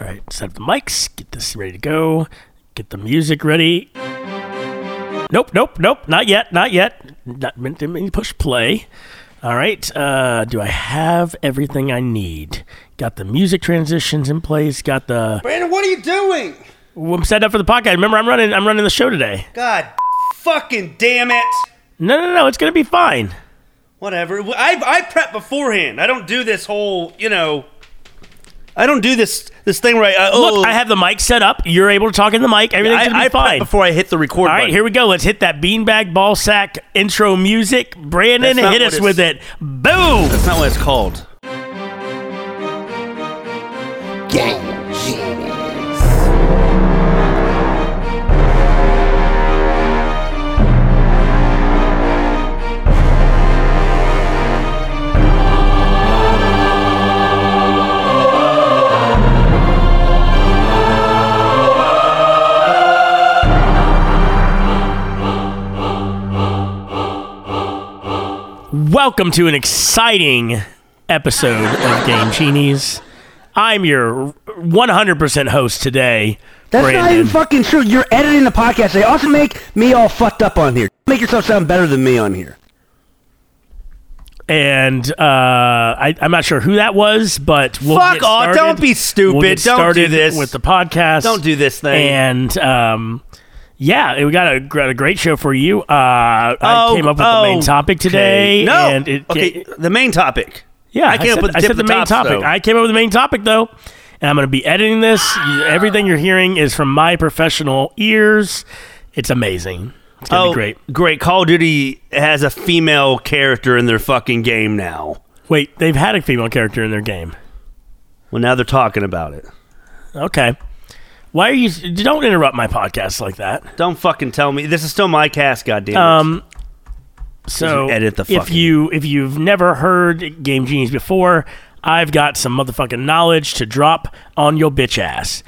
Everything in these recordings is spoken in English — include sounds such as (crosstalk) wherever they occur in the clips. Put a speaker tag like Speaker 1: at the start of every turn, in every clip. Speaker 1: All right, set up the mics, get this ready to go, get the music ready. Nope, nope, nope, not yet, not yet. Not meant to mean push play. All right, uh, do I have everything I need? Got the music transitions in place. Got the.
Speaker 2: Brandon, what are you doing?
Speaker 1: Well, I'm set up for the podcast. Remember, I'm running. I'm running the show today.
Speaker 2: God fucking damn it.
Speaker 1: No, no, no. It's gonna be fine.
Speaker 2: Whatever. I, I prep beforehand. I don't do this whole, you know, I don't do this this thing right. I, oh,
Speaker 1: Look, I have the mic set up. You're able to talk in the mic. Everything's
Speaker 2: I,
Speaker 1: gonna be
Speaker 2: I prep
Speaker 1: fine.
Speaker 2: before I hit the record
Speaker 1: All right,
Speaker 2: button.
Speaker 1: here we go. Let's hit that beanbag ball sack intro music. Brandon,
Speaker 2: That's not
Speaker 1: hit
Speaker 2: what
Speaker 1: us
Speaker 2: it's-
Speaker 1: with it. Boom.
Speaker 2: That's not what it's called.
Speaker 1: Welcome to an exciting episode of Game Genies. I'm your 100% host today,
Speaker 3: That's
Speaker 1: Brandon.
Speaker 3: not even fucking true. You're editing the podcast. They also make me all fucked up on here. Make yourself sound better than me on here.
Speaker 1: and uh, I, I'm not sure who that was, but we'll
Speaker 2: Fuck
Speaker 1: get
Speaker 2: off.
Speaker 1: started.
Speaker 2: Don't be stupid.
Speaker 1: We'll get
Speaker 2: Don't do
Speaker 1: started
Speaker 2: this.
Speaker 1: with the podcast.
Speaker 2: Don't do this thing.
Speaker 1: And um, yeah, we got a, got a great show for you. Uh, I
Speaker 2: Oh,
Speaker 1: came up with the main
Speaker 2: okay.
Speaker 1: topic today.
Speaker 2: No.
Speaker 1: and it,
Speaker 2: okay, the main topic.
Speaker 1: Yeah,
Speaker 2: I came
Speaker 1: said,
Speaker 2: up with
Speaker 1: I
Speaker 2: tip
Speaker 1: said
Speaker 2: of
Speaker 1: the, main
Speaker 2: tops,
Speaker 1: topic.
Speaker 2: though.
Speaker 1: I came up with the main topic though, and I'm going to be editing this. You- Everything you're hearing is from my professional ears. It's amazing. It's gonna be great.
Speaker 2: Oh, Great. Call of Duty has a female character in their fucking game now.
Speaker 1: Wait, they've had a female character in their game.
Speaker 2: Well, now they're talking about it.
Speaker 1: Okay, why are you? Don't interrupt my podcast like that.
Speaker 2: Don't fucking tell me. This is still my cast, goddamn.
Speaker 1: Um, so
Speaker 2: edit the
Speaker 1: if
Speaker 2: fucking-
Speaker 1: you if you've never heard Game Genies before, I've got some motherfucking knowledge to drop on your bitch ass.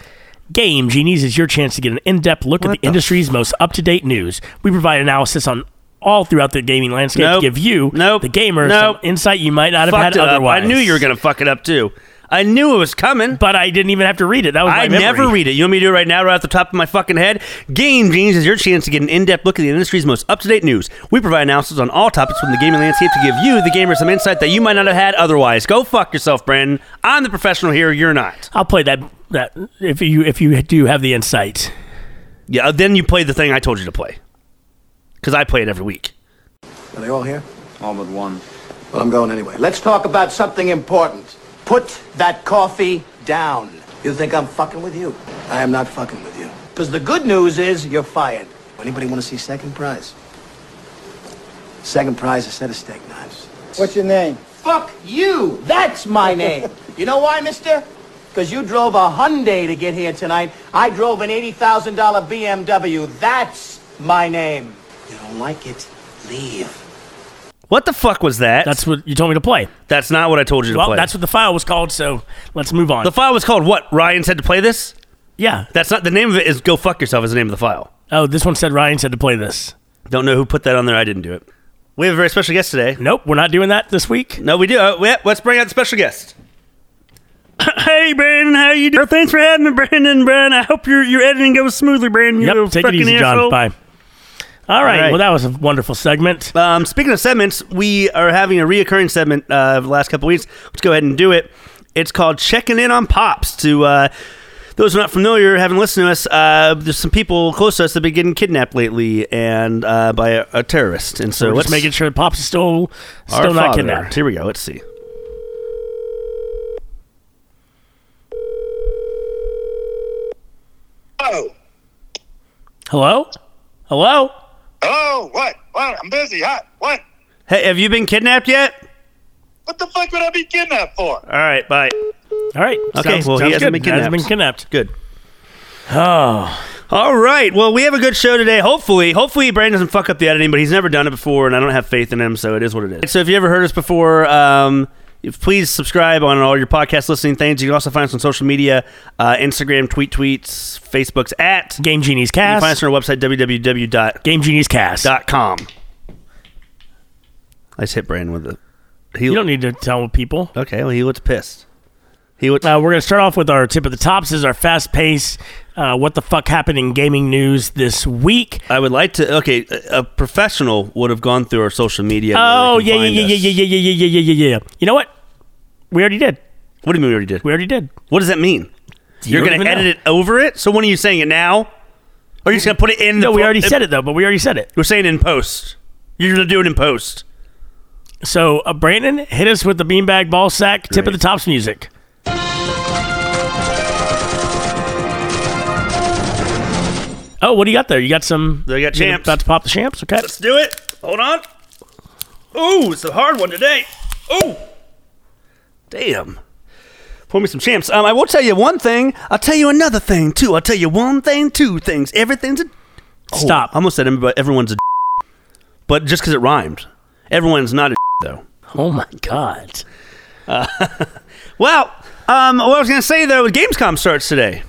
Speaker 1: Game Genies is your chance to get an in-depth look at the, industry's most up-to-date news. We provide analysis on all throughout the gaming landscape
Speaker 2: Nope.
Speaker 1: to give you,
Speaker 2: Nope.
Speaker 1: the gamer,
Speaker 2: Nope.
Speaker 1: some insight you might not have
Speaker 2: fucked
Speaker 1: had
Speaker 2: it up.
Speaker 1: otherwise.
Speaker 2: I knew you were gonna fuck it up too. I knew it was coming.
Speaker 1: but I didn't even have to read it. That was my
Speaker 2: I
Speaker 1: memory.
Speaker 2: never read it. You want me to do it right now, right off the top of my fucking head? Game Genies is your chance to get an in-depth look at the industry's most up-to-date news. We provide analysis on all topics from the gaming landscape to give you, the gamer, some insight that you might not have had otherwise. Go fuck yourself, Brandon. I'm the professional here. You're not.
Speaker 1: I'll play that that if you if you do have the insight.
Speaker 2: Yeah. uh, Then you play the thing I told you to play, because I play it every week.
Speaker 4: Are they all here?
Speaker 5: All but one.
Speaker 4: Well, I'm going anyway.
Speaker 6: Let's talk about something important. Put that coffee down. You think I'm fucking with you?
Speaker 4: I am not fucking with you.
Speaker 6: Because the good news is you're fired.
Speaker 4: Anybody want to see second prize? Second prize, a set of steak knives.
Speaker 7: What's your name?
Speaker 6: Fuck you. That's
Speaker 4: (laughs)
Speaker 6: my name. you know why, mister? Because you drove a Hyundai to get here tonight. I drove an $80,000 BMW. That's my name.
Speaker 4: You don't like it? Leave.
Speaker 2: What the fuck was that?
Speaker 1: That's what you told me to play.
Speaker 2: that's not what I told you to
Speaker 1: Well,
Speaker 2: play.
Speaker 1: that's what the file was called. So let's move on.
Speaker 2: the file was called. What Ryan said to play this.
Speaker 1: yeah.
Speaker 2: That's not the name of it. Is go fuck yourself is the name of the file.
Speaker 1: Oh, this one said Ryan said to play this.
Speaker 2: Don't know who put that on there. I didn't do it. We have a very special guest today.
Speaker 1: Nope, we're not doing that this week.
Speaker 2: No, we do. Uh, yeah, let's bring out the special guest. (clears throat) hey, Brandon, how you doing? Thanks for having me, Brandon. Brandon, I hope your your editing goes smoothly, Brandon. You
Speaker 1: Yep,
Speaker 2: little
Speaker 1: take it
Speaker 2: fucking
Speaker 1: easy, John.
Speaker 2: asshole.
Speaker 1: Bye. All right.
Speaker 2: right.
Speaker 1: Well, that was a wonderful segment.
Speaker 2: Um, speaking of segments, we are having a reoccurring segment uh, of the last couple weeks. Let's go ahead and do it. It's called Checking In on Pops. To uh, those who are not familiar, haven't listened to us, uh, there's some people close to us that have been getting kidnapped lately and uh, by a, a terrorist. And so
Speaker 1: We're
Speaker 2: let's
Speaker 1: just making sure Pops is still
Speaker 2: our
Speaker 1: still not
Speaker 2: father.
Speaker 1: kidnapped.
Speaker 2: Here we go. Let's see.
Speaker 8: Oh,
Speaker 1: Hello, hello.
Speaker 8: oh, what? What? I'm busy. Hot. What?
Speaker 2: Hey, have you been kidnapped yet?
Speaker 8: What the fuck would I be kidnapped for?
Speaker 2: All right, bye.
Speaker 1: All right.
Speaker 2: Okay,
Speaker 1: Sounds-
Speaker 2: well, he
Speaker 1: sounds
Speaker 2: hasn't
Speaker 1: good.
Speaker 2: been
Speaker 1: Hasn't been kidnapped.
Speaker 2: Good.
Speaker 1: Oh,
Speaker 2: All right. Well, we have a good show today. Hopefully, hopefully Brandon doesn't fuck up the editing, but he's never done it before, and I don't have faith in him, so it is what it is. So if you ever heard us before, um, if- please subscribe on all your podcast listening things. You can also find us on social media, uh, Instagram, tweet tweets, Facebook's at. You
Speaker 1: Game Genies
Speaker 2: can find us
Speaker 1: cast.
Speaker 2: on our website www.com.
Speaker 1: Game Genies cast.
Speaker 2: I just hit Brandon with it. He,
Speaker 1: You don't need to tell people.
Speaker 2: okay, well he looks pissed. He would.
Speaker 1: Uh, we're going to start off with our tip of the tops. This is our fast pace. Uh, what the fuck happened in gaming news this week?
Speaker 2: I would like to. Okay, a, a professional would have gone through our social media.
Speaker 1: Oh
Speaker 2: where they
Speaker 1: yeah
Speaker 2: can
Speaker 1: yeah
Speaker 2: find
Speaker 1: yeah yeah
Speaker 2: us.
Speaker 1: yeah yeah yeah yeah yeah yeah yeah. You know what? We already did.
Speaker 2: What do you mean we already did?
Speaker 1: We already did.
Speaker 2: What does that mean? You're
Speaker 1: don't
Speaker 2: going
Speaker 1: even
Speaker 2: to edit
Speaker 1: know.
Speaker 2: it over it. So when are you saying it now? Or are you just going to put it in?
Speaker 1: No,
Speaker 2: the
Speaker 1: we already said it though, but we already said it.
Speaker 2: We're saying in post. You're going to do it in post.
Speaker 1: So uh, Brandon, hit us with the beanbag ball sack tip of the tops music. Oh, what do you got there? You got some.
Speaker 2: I got
Speaker 1: you're
Speaker 2: champs.
Speaker 1: About to pop the champs. Okay.
Speaker 2: Let's do it. Hold on. Ooh, it's a hard one today. Ooh. Damn. Pour me some champs. Um, I will tell you one thing. I'll tell you another thing, too. I'll tell you one thing, two things. Everything's a.
Speaker 1: Stop.
Speaker 2: I almost said everybody- everyone's a. But just because it rhymed. Everyone's not a, though.
Speaker 1: Oh my god.
Speaker 2: Well, um, what I was going to say, though, Gamescom starts today.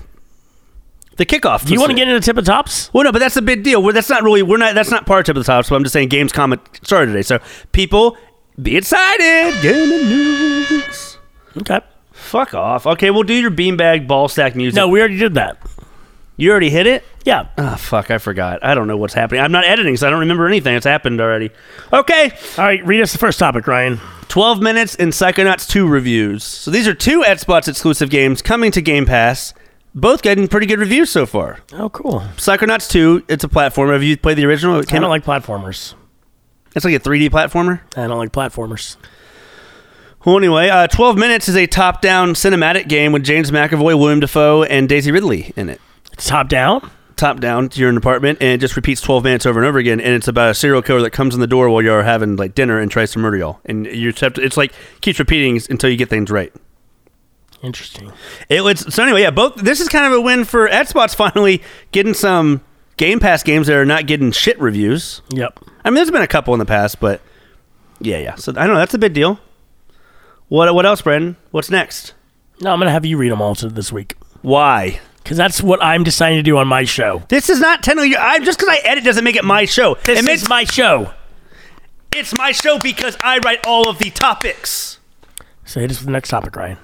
Speaker 2: The kickoff.
Speaker 1: Do you want to
Speaker 2: to
Speaker 1: get into tip of tops?
Speaker 2: Well, no, but that's the big deal. We're, that's not really we're not that's not part of tip of the top. So I'm just saying Gamescom it started today. So people, be excited. Gaming news.
Speaker 1: Okay.
Speaker 2: Fuck off. Okay, we'll do your beanbag ball stack music.
Speaker 1: No, we already did that.
Speaker 2: you already hit it.
Speaker 1: Yeah.
Speaker 2: Ah, fuck, I forgot. I don't know what's happening. I'm not editing, so I don't remember anything. It's happened already. Okay,
Speaker 1: All right. Read us the first topic, Ryan.
Speaker 2: 12 minutes in Psychonauts 2 reviews. So these are two Xbox exclusive games coming to Game Pass. Both getting pretty good reviews so far.
Speaker 1: Oh, cool.
Speaker 2: Psychonauts 2, it's a platformer. Have you played the original? It
Speaker 1: I
Speaker 2: came
Speaker 1: don't
Speaker 2: out like
Speaker 1: like platformers.
Speaker 2: it's like a 3D platformer.
Speaker 1: I don't like platformers.
Speaker 2: Well, anyway, uh, 12 Minutes is a top down cinematic game with James McAvoy, William Defoe, and Daisy Ridley in it.
Speaker 1: It's top down.
Speaker 2: Top down, you're in an apartment, and it just repeats 12 minutes over and over again. And it's about a serial killer that comes in the door while you're having like dinner and tries to murder y'all. And you're just have to- it's like keeps repeating until you get things right.
Speaker 1: Interesting.
Speaker 2: It was so anyway, yeah. Both this is kind of a win for Xbox finally getting some Game Pass games that are not getting shit reviews.
Speaker 1: Yep.
Speaker 2: I mean, there's been a couple in the past, but yeah, yeah. So I don't know that's a big deal. What what else, Brendan? What's next?
Speaker 1: No, I'm gonna have you read them all to this week
Speaker 2: Why?
Speaker 1: because that's what I'm deciding to do on my show.
Speaker 2: This is not technically. I just because I edit doesn't make it my show.
Speaker 1: This
Speaker 2: it makes
Speaker 1: is my show.
Speaker 2: it's my show because I write all of the topics.
Speaker 1: So hit us with the next topic, Ryan.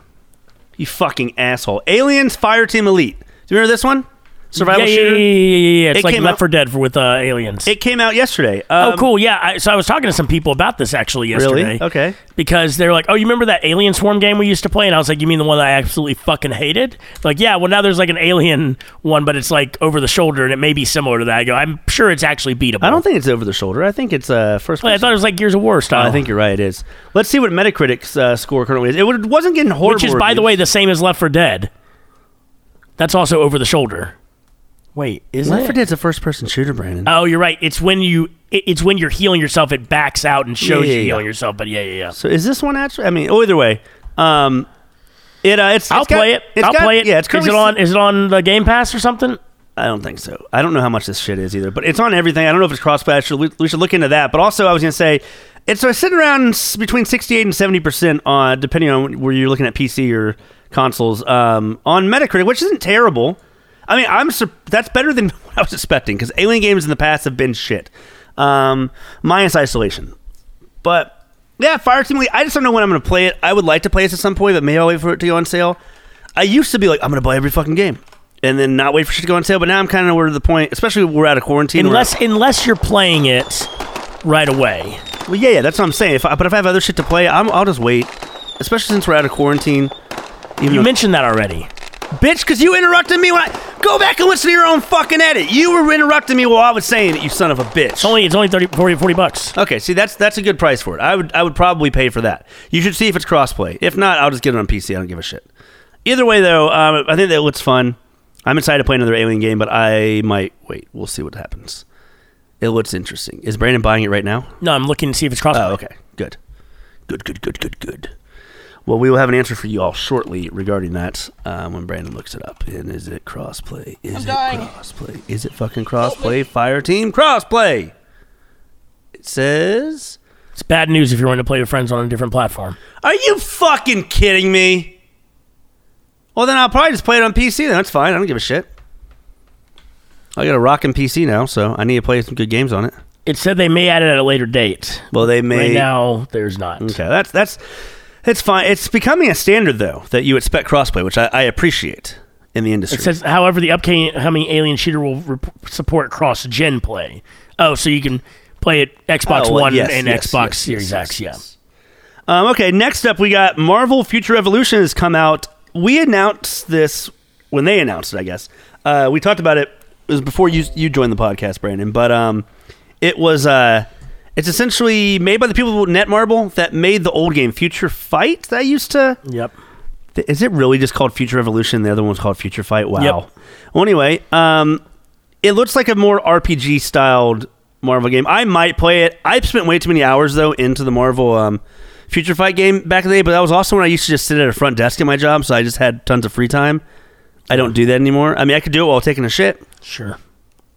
Speaker 2: You fucking asshole! Aliens Fire Team Elite. Do you remember this one? Survival
Speaker 1: yeah, yeah,
Speaker 2: shooter.
Speaker 1: yeah, yeah, yeah, yeah. It's
Speaker 2: It
Speaker 1: like
Speaker 2: came
Speaker 1: Left
Speaker 2: out-
Speaker 1: 4 Dead for, with uh, aliens.
Speaker 2: It came out yesterday.
Speaker 1: oh,
Speaker 2: Um,
Speaker 1: cool. Yeah. I, so I was talking to some people about this actually yesterday.
Speaker 2: Really? Okay.
Speaker 1: Because they were like, "Oh, you remember that Alien Swarm game we used to play?" And I was like, "You mean the one that I absolutely fucking hated?" Like, yeah. Well, now there's like an alien one, but it's like over the shoulder, and it may be similar to that. I go, "I'm sure it's actually beatable."
Speaker 2: I don't think it's over the shoulder. I think it's uh, first.
Speaker 1: I thought it was like Gears of War style.
Speaker 2: I think you're right. It is. Let's see what Metacritic's uh, score currently is. It would- wasn't getting horrible.
Speaker 1: which is, by the way,
Speaker 2: reviews.
Speaker 1: the same as Left 4 Dead. That's also over the shoulder. Wait, is
Speaker 2: Left 4 Dead's a first-person shooter, Brandon.
Speaker 1: Oh, you're right. It's when you it- it's when you're healing yourself, it backs out and shows
Speaker 2: Yeah,
Speaker 1: you
Speaker 2: yeah,
Speaker 1: healing
Speaker 2: yeah.
Speaker 1: yourself. But yeah, yeah, yeah.
Speaker 2: So is this one actually? I mean, oh, either way, um, it uh, it's.
Speaker 1: I'll
Speaker 2: it's got-
Speaker 1: play it.
Speaker 2: it's
Speaker 1: I'll
Speaker 2: got-
Speaker 1: play it.
Speaker 2: Yeah, it's
Speaker 1: is
Speaker 2: currently
Speaker 1: it on? Is it on the Game Pass or something?
Speaker 2: I don't think so. I don't know how much this shit is either, but it's on everything. I don't know if it's cross patch. We, we should look into that. But also, I was going to say, it's so it's sitting around s- between sixty eight and seventy percent on depending on where you're looking at PC or consoles um, on Metacritic, which isn't terrible. I mean, I'm sur- that's better than (laughs) what I was expecting because Alien games in the past have been shit, um, minus Isolation. But yeah, Fire Team Elite. I just don't know when I'm going to play it. I would like to play this at some point, but maybe I'll wait for it to go on sale. I used to be like, I'm going to buy every fucking game and then not wait for shit to go on sale. But now I'm kind of we're to the point, especially we're out of quarantine. we're-
Speaker 1: Unless unless you're playing it right away.
Speaker 2: well, yeah, yeah, that's what I'm saying. If I, but if I have other shit to play, I'm, I'll just wait. Especially since we're out of quarantine. Even
Speaker 1: You
Speaker 2: though-
Speaker 1: mentioned that already.
Speaker 2: bitch, because you interrupted me when I go back and listen to your own fucking edit. You were interrupting me while I was saying it. You son of a bitch.
Speaker 1: Only it's only 30, 40, 40 bucks.
Speaker 2: Okay, see that's that's a good price for it. I would I would probably pay for that. You should see if it's crossplay. If not, I'll just get it on PC. I don't give a shit. Either way though, um, I think that looks fun. I'm excited to play another Alien game, but I might wait. We'll see what happens. It looks interesting. Is Brandon buying it right now?
Speaker 1: No, I'm looking to see if it's cross.
Speaker 2: Oh, okay, good, good, good, good, good, good. Well, we will have an answer for you all shortly regarding that um, when Brandon looks it up. And is it crossplay? Is it crossplay? Is it fucking crossplay? Fire team crossplay. It says.
Speaker 1: It's bad news if you're going to play with friends on a different platform.
Speaker 2: Are you fucking kidding me? Well, then I'll probably just play it on PC. Then that's fine. I don't give a shit. I got a rocking PC now, so I need to play some good games on it.
Speaker 1: It said they may add it at a later date.
Speaker 2: Well, they may
Speaker 1: Right now, there's not.
Speaker 2: Okay, that's that's It's fine. It's becoming a standard though that you expect crossplay, which I, I appreciate in the industry.
Speaker 1: It says, however, the upcoming Alien Shooter will rep- support cross-gen play. Oh, so you can play it Xbox
Speaker 2: Oh, well,
Speaker 1: One
Speaker 2: yes,
Speaker 1: and
Speaker 2: yes,
Speaker 1: Xbox
Speaker 2: yes,
Speaker 1: Series
Speaker 2: yes,
Speaker 1: X.
Speaker 2: yes, yes. Um, okay, next up, we got Marvel Future Evolution has come out. We announced this when they announced it, I guess. Uh, we talked about it. It was before you you joined the podcast, Brandon. But um, it was uh, it's essentially made by the people at Netmarble that made the old game Future Fight that I used to.
Speaker 1: Yeah. Yep.
Speaker 2: Th- Is it really just called Future Evolution? The other one's called Future Fight. Wow.
Speaker 1: Yep.
Speaker 2: Well, anyway, um, it looks like a more RPG styled Marvel game. I might play it. I've spent way too many hours though into the Marvel um, Future Fight game back in the day, but that was also when I used to just sit at a front desk at my job, so I just had tons of free time. I don't do that anymore. I mean, I could do it while taking a shit.
Speaker 1: Sure.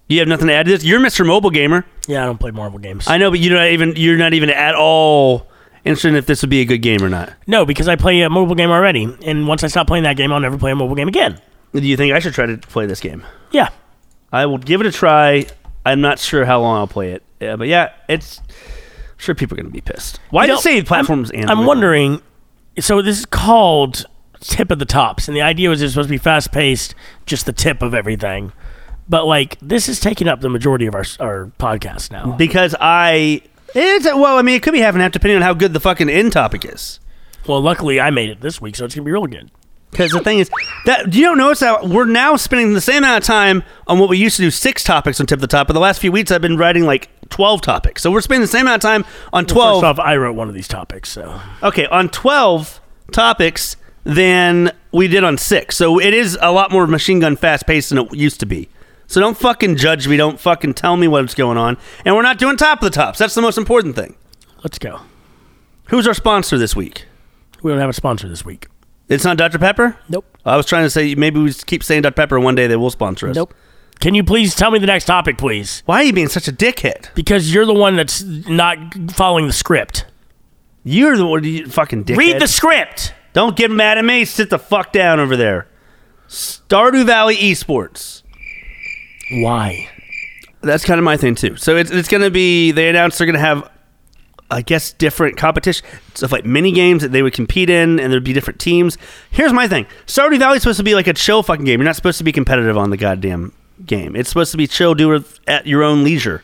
Speaker 2: You have nothing to add to this. You're Mr. Mobile Gamer.
Speaker 1: Yeah, I don't play Marvel games.
Speaker 2: I know, but you're not even you're not even at all interested in if this would be a good game or not.
Speaker 1: no, because I play a mobile game already, and once I stop playing that game, I'll never play a mobile game again.
Speaker 2: Do you think I should try to play this game?
Speaker 1: Yeah.
Speaker 2: I will give it a try. I'm not sure how long I'll play it, yeah, but yeah, it's I'm sure people are going to be pissed. Why
Speaker 1: You
Speaker 2: did
Speaker 1: know,
Speaker 2: say platforms?
Speaker 1: I'm,
Speaker 2: and
Speaker 1: I'm wondering. So this is called Tip of the Tops, and the idea was it's supposed to be fast paced, just the tip of everything. But like this is taking up the majority of our our podcast now.
Speaker 2: because I it's well, I mean, it could be half and half depending on how good the fucking end topic is.
Speaker 1: Well, luckily I made it this week, so it's gonna be real good.
Speaker 2: Because the thing is that do you don't notice that we're now spending the same amount of time on what we used to do six topics on tip of the top. But the last few weeks, I've been writing like twelve topics, so we're spending the same amount of time on twelve.
Speaker 1: First off, I wrote one of these topics, so
Speaker 2: okay, on 12 topics than we did on six. So it is a lot more machine gun fast paced than it used to be. So don't fucking judge me. Don't fucking tell me what's going on. And we're not doing top of the tops. That's the most important thing.
Speaker 1: let's go.
Speaker 2: Who's our sponsor this week?
Speaker 1: We don't have a sponsor this week.
Speaker 2: It's not Dr. Pepper?
Speaker 1: Nope.
Speaker 2: I was trying to say maybe we keep saying Dr. Pepper and one day they will sponsor us.
Speaker 1: Nope. Can you please tell me the next topic, please?
Speaker 2: Why are you being such a dickhead?
Speaker 1: Because you're the one that's not following the script.
Speaker 2: You're the one you fucking dickhead.
Speaker 1: Read the script.
Speaker 2: Don't get mad at me. Sit the fuck down over there. Stardew Valley Esports.
Speaker 1: Why?
Speaker 2: That's kind of my thing too. So it's, it's going to be they announced they're going to have, I guess, different competition stuff like mini games that they would compete in, and there'd be different teams. Here's my thing: Stardew Valley is supposed to be like a chill fucking game. You're not supposed to be competitive on the goddamn game. It's supposed to be chill, do it at your own leisure.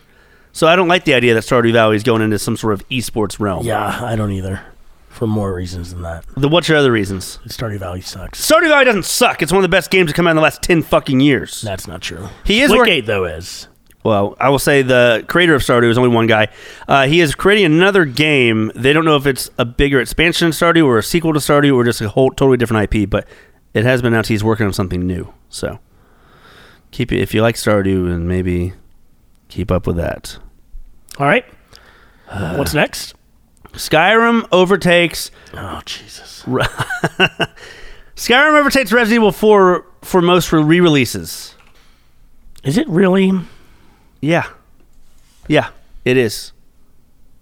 Speaker 2: So I don't like the idea that Stardew Valley is going into some sort of esports realm.
Speaker 1: Yeah, Uh, I don't either. For more reasons than that,
Speaker 2: The, what's your other reasons?
Speaker 1: Stardew Valley sucks.
Speaker 2: Stardew Valley doesn't suck. It's one of the best games to come out in the last ten fucking years.
Speaker 1: That's not true.
Speaker 2: He is work-
Speaker 1: Splitgate though is.
Speaker 2: Well, I will say the creator of Stardew is only one guy. Uh, he is creating another game. They don't know if it's a bigger expansion of Stardew or a sequel to Stardew or just a whole totally different IP, but it has been announced he's working on something new. So keep if you like Stardew and maybe keep up with that.
Speaker 1: All right. What's next?
Speaker 2: Skyrim overtakes
Speaker 1: Oh Jesus!
Speaker 2: Skyrim overtakes Resident Evil 4 for most re-releases.
Speaker 1: Is it really?
Speaker 2: Yeah, yeah, it is.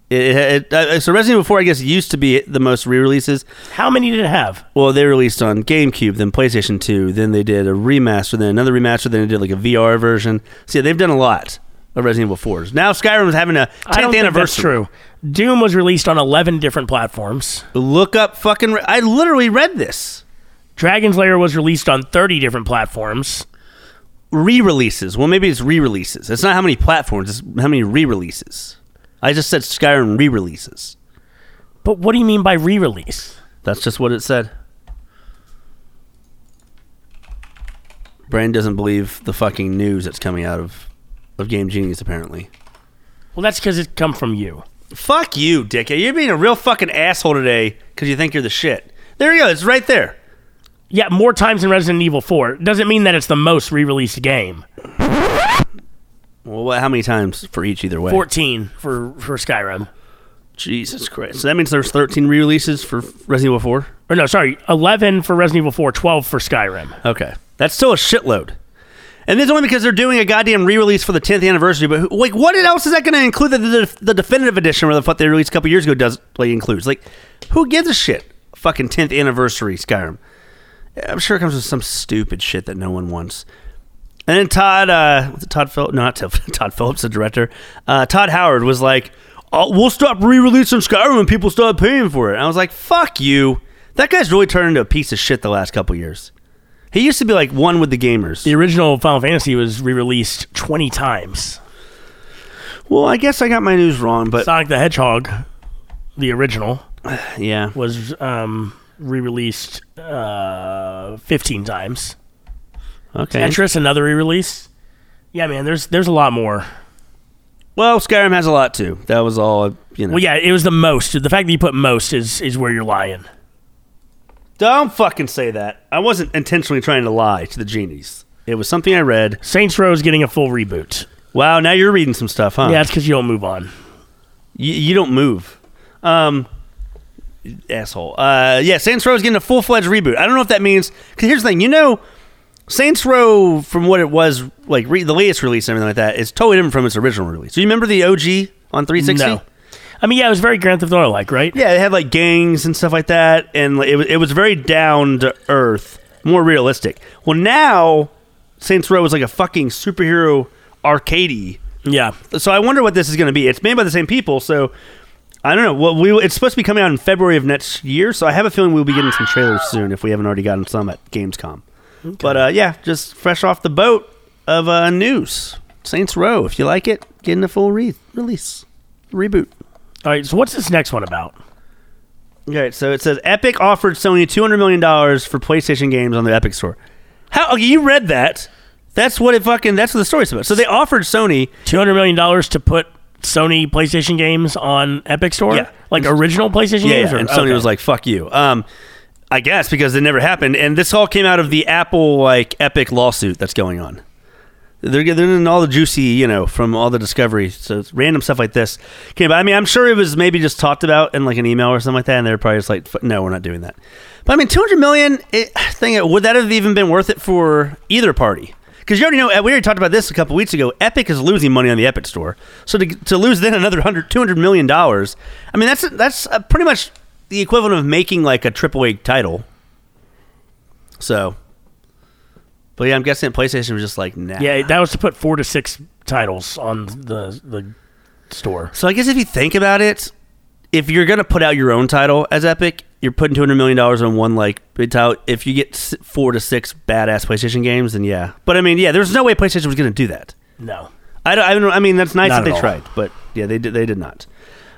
Speaker 2: It, it, uh, so Resident Evil 4, I guess, used to be the most re-releases.
Speaker 1: How many did it have?
Speaker 2: Well, they released on GameCube, then PlayStation 2, then they did a remaster, then another remaster, then they did like a VR version. So yeah, they've done a lot of Resident Evil 4s. Now Skyrim's having a 10th
Speaker 1: I don't think that's
Speaker 2: anniversary.
Speaker 1: true. Doom was released on eleven different platforms.
Speaker 2: Look up fucking. Re- I literally read this.
Speaker 1: Dragon's Lair was released on thirty different platforms.
Speaker 2: Re releases. Well, maybe it's re releases. It's not how many platforms, it's how many re releases. I just said Skyrim re releases.
Speaker 1: But what do you mean by re-release?
Speaker 2: That's just what it said. Brain doesn't believe the fucking news that's coming out of, of Game Genius, apparently.
Speaker 1: Well, that's because it come from you.
Speaker 2: Fuck you, dickhead. You're being a real fucking asshole today because you think you're the shit. There you go. It's right there.
Speaker 1: Yeah, more times than Resident Evil 4 doesn't mean that it's the most re-released game.
Speaker 2: Well, what, how many times for each either way?
Speaker 1: 14 for for Skyrim.
Speaker 2: Jesus Christ. So that means there's 13 re-releases for Resident Evil 4?
Speaker 1: Or no, sorry, 11 for Resident Evil 4, 12 for Skyrim.
Speaker 2: Okay. That's still a shitload. And this is only because they're doing a goddamn re-release for the 10th anniversary. But who- like, what else is that going to include that the, the definitive edition or the fuck they released a couple years ago does like includes? Like, who gives a shit? Fucking 10th anniversary Skyrim. I'm sure it comes with some stupid shit that no one wants. And (laughs) then Todd, uh, was it Todd Phillips, no, not Todd, Todd Phillips, the director, uh, Todd Howard was like, uh, we'll stop re-releasing Skyrim and people stop paying for it. And I was like, fuck you. That guy's really turned into a piece of shit the last couple years. He used to be like one with the gamers.
Speaker 1: The original Final Fantasy was re-released 20 times.
Speaker 2: Well, I guess I got my news wrong, but
Speaker 1: Sonic the Hedgehog, the original,
Speaker 2: yeah.
Speaker 1: was um, re-released uh, 15 times.
Speaker 2: Okay.
Speaker 1: Tetris, another re-release. Yeah, man. There's there's a lot more.
Speaker 2: Well, Skyrim has a lot too. That was all, you know.
Speaker 1: Well, yeah, it was the most. The fact that you put most is is where you're lying.
Speaker 2: Don't fucking say that. I wasn't intentionally trying to lie to the genies. It was something I read.
Speaker 1: Saints Row is getting a full reboot.
Speaker 2: Wow, now you're reading some stuff, huh?
Speaker 1: Yeah, it's because you don't move on.
Speaker 2: You, you don't move. Um, asshole. Uh, yeah, Saints Row is getting a full fledged reboot. I don't know if that means. Because here's the thing, you know, Saints Row, from what it was, like re- the latest release and everything like that, is totally different from its original release. Do you remember the OG on 360?
Speaker 1: No. I mean, yeah, it was very Grand Theft Auto like, right?
Speaker 2: Yeah, they had like gangs and stuff like that, and like, it was it was very down to earth, more realistic. Well, now Saints Row is like a fucking superhero arcadey.
Speaker 1: Yeah.
Speaker 2: So I wonder what this is going to be. It's made by the same people, so I don't know. Well, we it's supposed to be coming out in February of next year, so I have a feeling we'll be getting some trailers soon if we haven't already gotten some at Gamescom. But uh, yeah, just fresh off the boat of uh, news, Saints Row. If you like it, getting a full re- release reboot.
Speaker 1: All right. So what's this next one about?
Speaker 2: Okay, so it says Epic offered Sony two hundred million dollars for PlayStation games on the Epic Store. How okay, you read that? That's what it fucking. That's what the story's about. So they offered Sony.
Speaker 1: Two hundred million dollars to put Sony PlayStation games on Epic Store.
Speaker 2: Yeah.
Speaker 1: Like original PlayStation games. or-
Speaker 2: and Sony
Speaker 1: okay.
Speaker 2: was like, "Fuck you." Um, I guess because it never happened, and this all came out of the Apple like Epic lawsuit that's going on. They're getting they're in all the juicy, you know, from all the discovery. So it's random stuff like this came. But I mean, I'm sure it was maybe just talked about in like an email or something like that, and they're probably just like, "F- "No, we're not doing that." But I mean, 200 million. It, thing would that have even been worth it for either party? Because you already know we already talked about this a couple weeks ago. Epic is losing money on the Epic Store, so to, to lose then another 100, 200 million dollars. I mean, that's that's uh, pretty much the equivalent of making like a AAA title. So, but yeah, I'm guessing PlayStation was just like, nah.
Speaker 1: Yeah, that was to put four to six titles on the the store.
Speaker 2: So I guess if you think about it, if you're gonna put out your own title as Epic, you're putting two hundred million dollars on one like big title. If you get s- four to six badass PlayStation games, then yeah. But I mean, yeah, there's no way PlayStation was gonna do that.
Speaker 1: No.
Speaker 2: I don't. I, don't, I mean, that's nice
Speaker 1: Not
Speaker 2: that
Speaker 1: at
Speaker 2: they
Speaker 1: all.
Speaker 2: tried, but yeah, they did. They did not.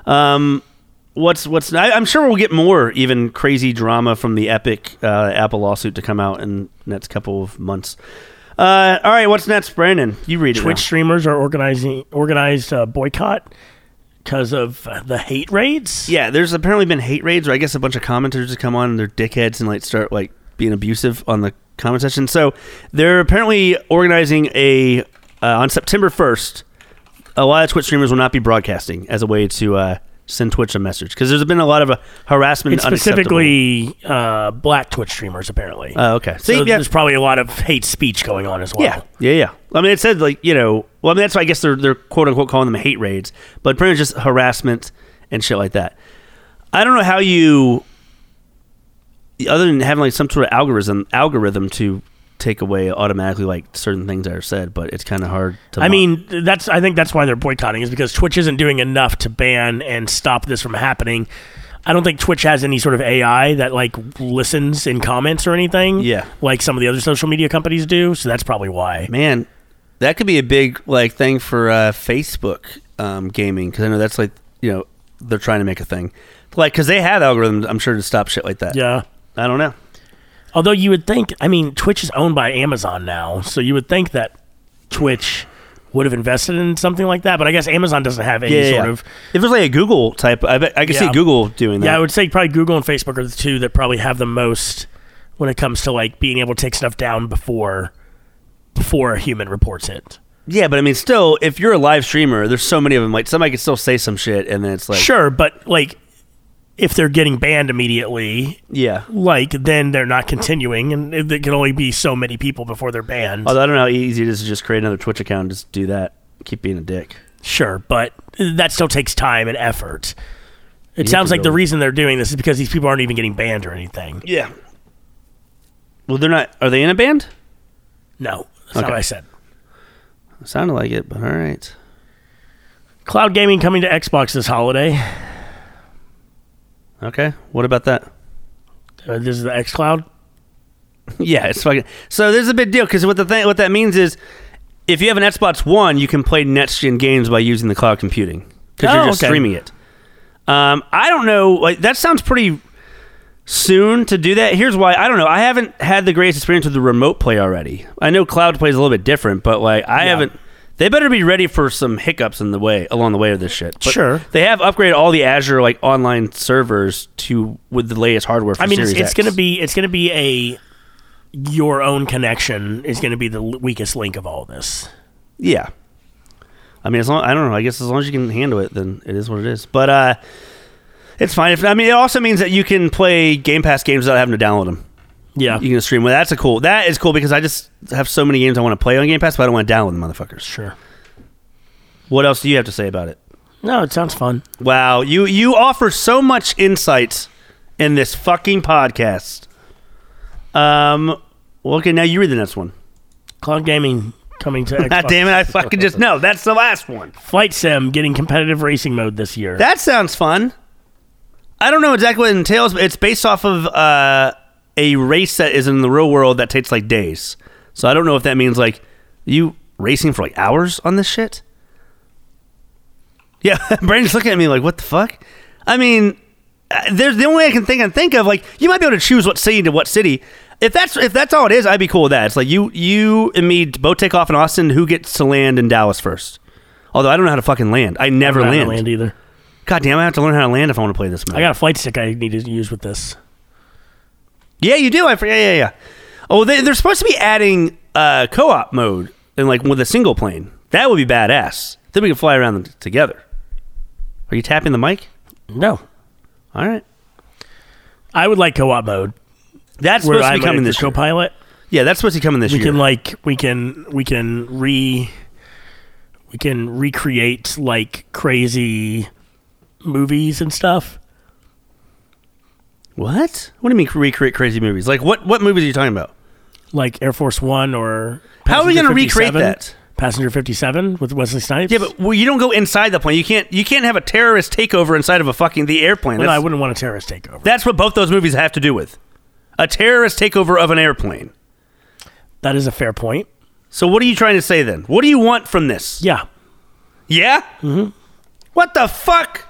Speaker 2: Um, what's what's? I, I'm sure we'll get more even crazy drama from the epic uh, Apple lawsuit to come out in next couple of months. Uh, all right, what's next, Brandon? You read it. now.
Speaker 1: Twitch streamers are organizing organized uh, boycott because of uh, the hate raids.
Speaker 2: Yeah, there's apparently been hate raids where I guess a bunch of commenters just come on and they're dickheads and like start like being abusive on the comment section. So they're apparently organizing a uh, on September 1st. A lot of Twitch streamers will not be broadcasting as a way to uh, send Twitch a message because there's been a lot of uh, harassment.
Speaker 1: It's specifically uh, black Twitch streamers, apparently.
Speaker 2: unacceptable. Oh, okay.
Speaker 1: so
Speaker 2: See, yeah.
Speaker 1: there's probably a lot of hate speech going on as well.
Speaker 2: Yeah, yeah, yeah. I mean, it said like you know. Well, I mean, that's why I guess they're they're quote unquote calling them hate raids, but pretty much just harassment and shit like that. I don't know how you, other than having like some sort of algorithm algorithm to take away automatically like certain things that are said, but it's kind of hard to.
Speaker 1: I
Speaker 2: mon-
Speaker 1: mean, that's. I think that's why they're boycotting is because Twitch isn't doing enough to ban and stop this from happening. I don't think Twitch has any sort of AI that like listens in comments or anything.
Speaker 2: Yeah.
Speaker 1: like some of the other social media companies do. So that's probably why.
Speaker 2: man, that could be a big like thing for uh, Facebook um, gaming because I know that's like you know they're trying to make a thing, like because they have algorithms. I'm sure to stop shit like that.
Speaker 1: Yeah.
Speaker 2: I don't know.
Speaker 1: Although you would think, I mean, Twitch is owned by Amazon now, so you would think that Twitch would have invested in something like that. But I guess Amazon doesn't have any sort of.
Speaker 2: If there's like a Google type, I bet I can see
Speaker 1: Yeah.
Speaker 2: Google doing that.
Speaker 1: Yeah, I would say probably Google and Facebook are the two that probably have the most when it comes to like being able to take stuff down before before a human reports it.
Speaker 2: Yeah, but I mean, still, if you're a live streamer, there's so many of them. Like somebody could still say some shit, and then it's like,
Speaker 1: Sure, but like if they're getting banned immediately,
Speaker 2: yeah.
Speaker 1: like then they're not continuing, and it, it can only be so many people before they're banned.
Speaker 2: Although I don't know how easy it is to just create another Twitch account and just do that. Keep being a dick.
Speaker 1: Sure, but that still takes time and effort. It sounds
Speaker 2: to
Speaker 1: like the
Speaker 2: go-
Speaker 1: reason they're doing this is because these people aren't even getting banned or anything.
Speaker 2: Yeah. Well, they're not. Are they in a band?
Speaker 1: No, that's not
Speaker 2: Okay.
Speaker 1: what I said.
Speaker 2: Sounded like it, but all right.
Speaker 1: Cloud gaming coming to Xbox this holiday.
Speaker 2: Okay. What about that?
Speaker 1: Uh, this is the X Cloud.
Speaker 2: Yeah, it's fucking. So this is a big deal because what the thing, what that means is, if you have an Xbox One, you can play next gen games by using the cloud computing because
Speaker 1: Oh,
Speaker 2: you're just
Speaker 1: okay.
Speaker 2: streaming it. Um, I don't know. Like that sounds pretty soon to do that. Here's why. I don't know. I haven't had the greatest experience with the remote play already. I know cloud play is a little bit different, but like I haven't. They better be ready for some hiccups in the way along the way of this shit. But
Speaker 1: Sure.
Speaker 2: they have upgraded all the Azure like online servers to with the latest hardware. For
Speaker 1: I mean, it's,
Speaker 2: Series
Speaker 1: it's
Speaker 2: X.
Speaker 1: going to be it's going to be a your own connection is going to be the l- weakest link of all this.
Speaker 2: Yeah. I mean, as long I don't know. I guess as long as you can handle it, then it is what it is. But uh, it's fine. If, I mean, it also means that you can play Game Pass games without having to download them.
Speaker 1: Yeah,
Speaker 2: You can stream. Well, that's a cool. That is cool because I just have so many games I want to play on Game Pass, but I don't want to download them, motherfuckers.
Speaker 1: sure.
Speaker 2: What else do you have to say about it?
Speaker 1: No, it sounds fun.
Speaker 2: Wow, you you offer so much insight in this fucking podcast. Um. Well, okay, now you read the next one.
Speaker 1: Cloud gaming coming to Xbox.
Speaker 2: (laughs) God damn it! I fucking just know that's the last one.
Speaker 1: Flight Sim getting competitive racing mode this year.
Speaker 2: That sounds fun. I don't know exactly what it entails, but it's based off of uh, a race that is in the real world that takes like days. So I don't know if that means like you racing for like hours on this shit. Yeah, (laughs) Brandon's looking at me like, what the fuck? I mean, uh, there's the only way I can think and think of like you might be able to choose what city to what city. If that's if that's all it is, I'd be cool with that. It's like you you and me both take off in Austin. Who gets to land in Dallas first? Although I don't know how to fucking land. I never
Speaker 1: Not
Speaker 2: land.
Speaker 1: land either.
Speaker 2: God damn, I have to learn how to land if I want to play this mode.
Speaker 1: I got a flight stick I need to use with this.
Speaker 2: yeah, you do. I forget. Yeah, yeah, yeah. Oh, they, they're supposed to be adding uh, co-op mode and like with a single plane. That would be badass. Then we can fly around t- together. Are you tapping the mic?
Speaker 1: No,
Speaker 2: All right.
Speaker 1: I would like co-op mode.
Speaker 2: That's
Speaker 1: Where
Speaker 2: supposed
Speaker 1: I'm
Speaker 2: to be coming
Speaker 1: the
Speaker 2: this year.
Speaker 1: co-pilot.
Speaker 2: Yeah, that's supposed to be coming this
Speaker 1: We
Speaker 2: year.
Speaker 1: can like we can we can re we can recreate like crazy movies and stuff.
Speaker 2: what? What do you mean recreate crazy movies? Like what? What movies are you talking about?
Speaker 1: like Air Force One or
Speaker 2: How are we
Speaker 1: Passenger
Speaker 2: gonna recreate
Speaker 1: 57?
Speaker 2: that?
Speaker 1: Passenger Fifty Seven with Wesley Snipes.
Speaker 2: Yeah, but well, you don't go inside the plane. You can't. You can't have a terrorist takeover inside of a fucking the airplane.
Speaker 1: Well, no, I
Speaker 2: That's-
Speaker 1: wouldn't want a terrorist takeover.
Speaker 2: that's what both those movies have to do with a terrorist takeover of an airplane.
Speaker 1: that is a fair point.
Speaker 2: So what are you trying to say then? What do you want from this?
Speaker 1: Yeah.
Speaker 2: Yeah. Mm-hmm. What the fuck?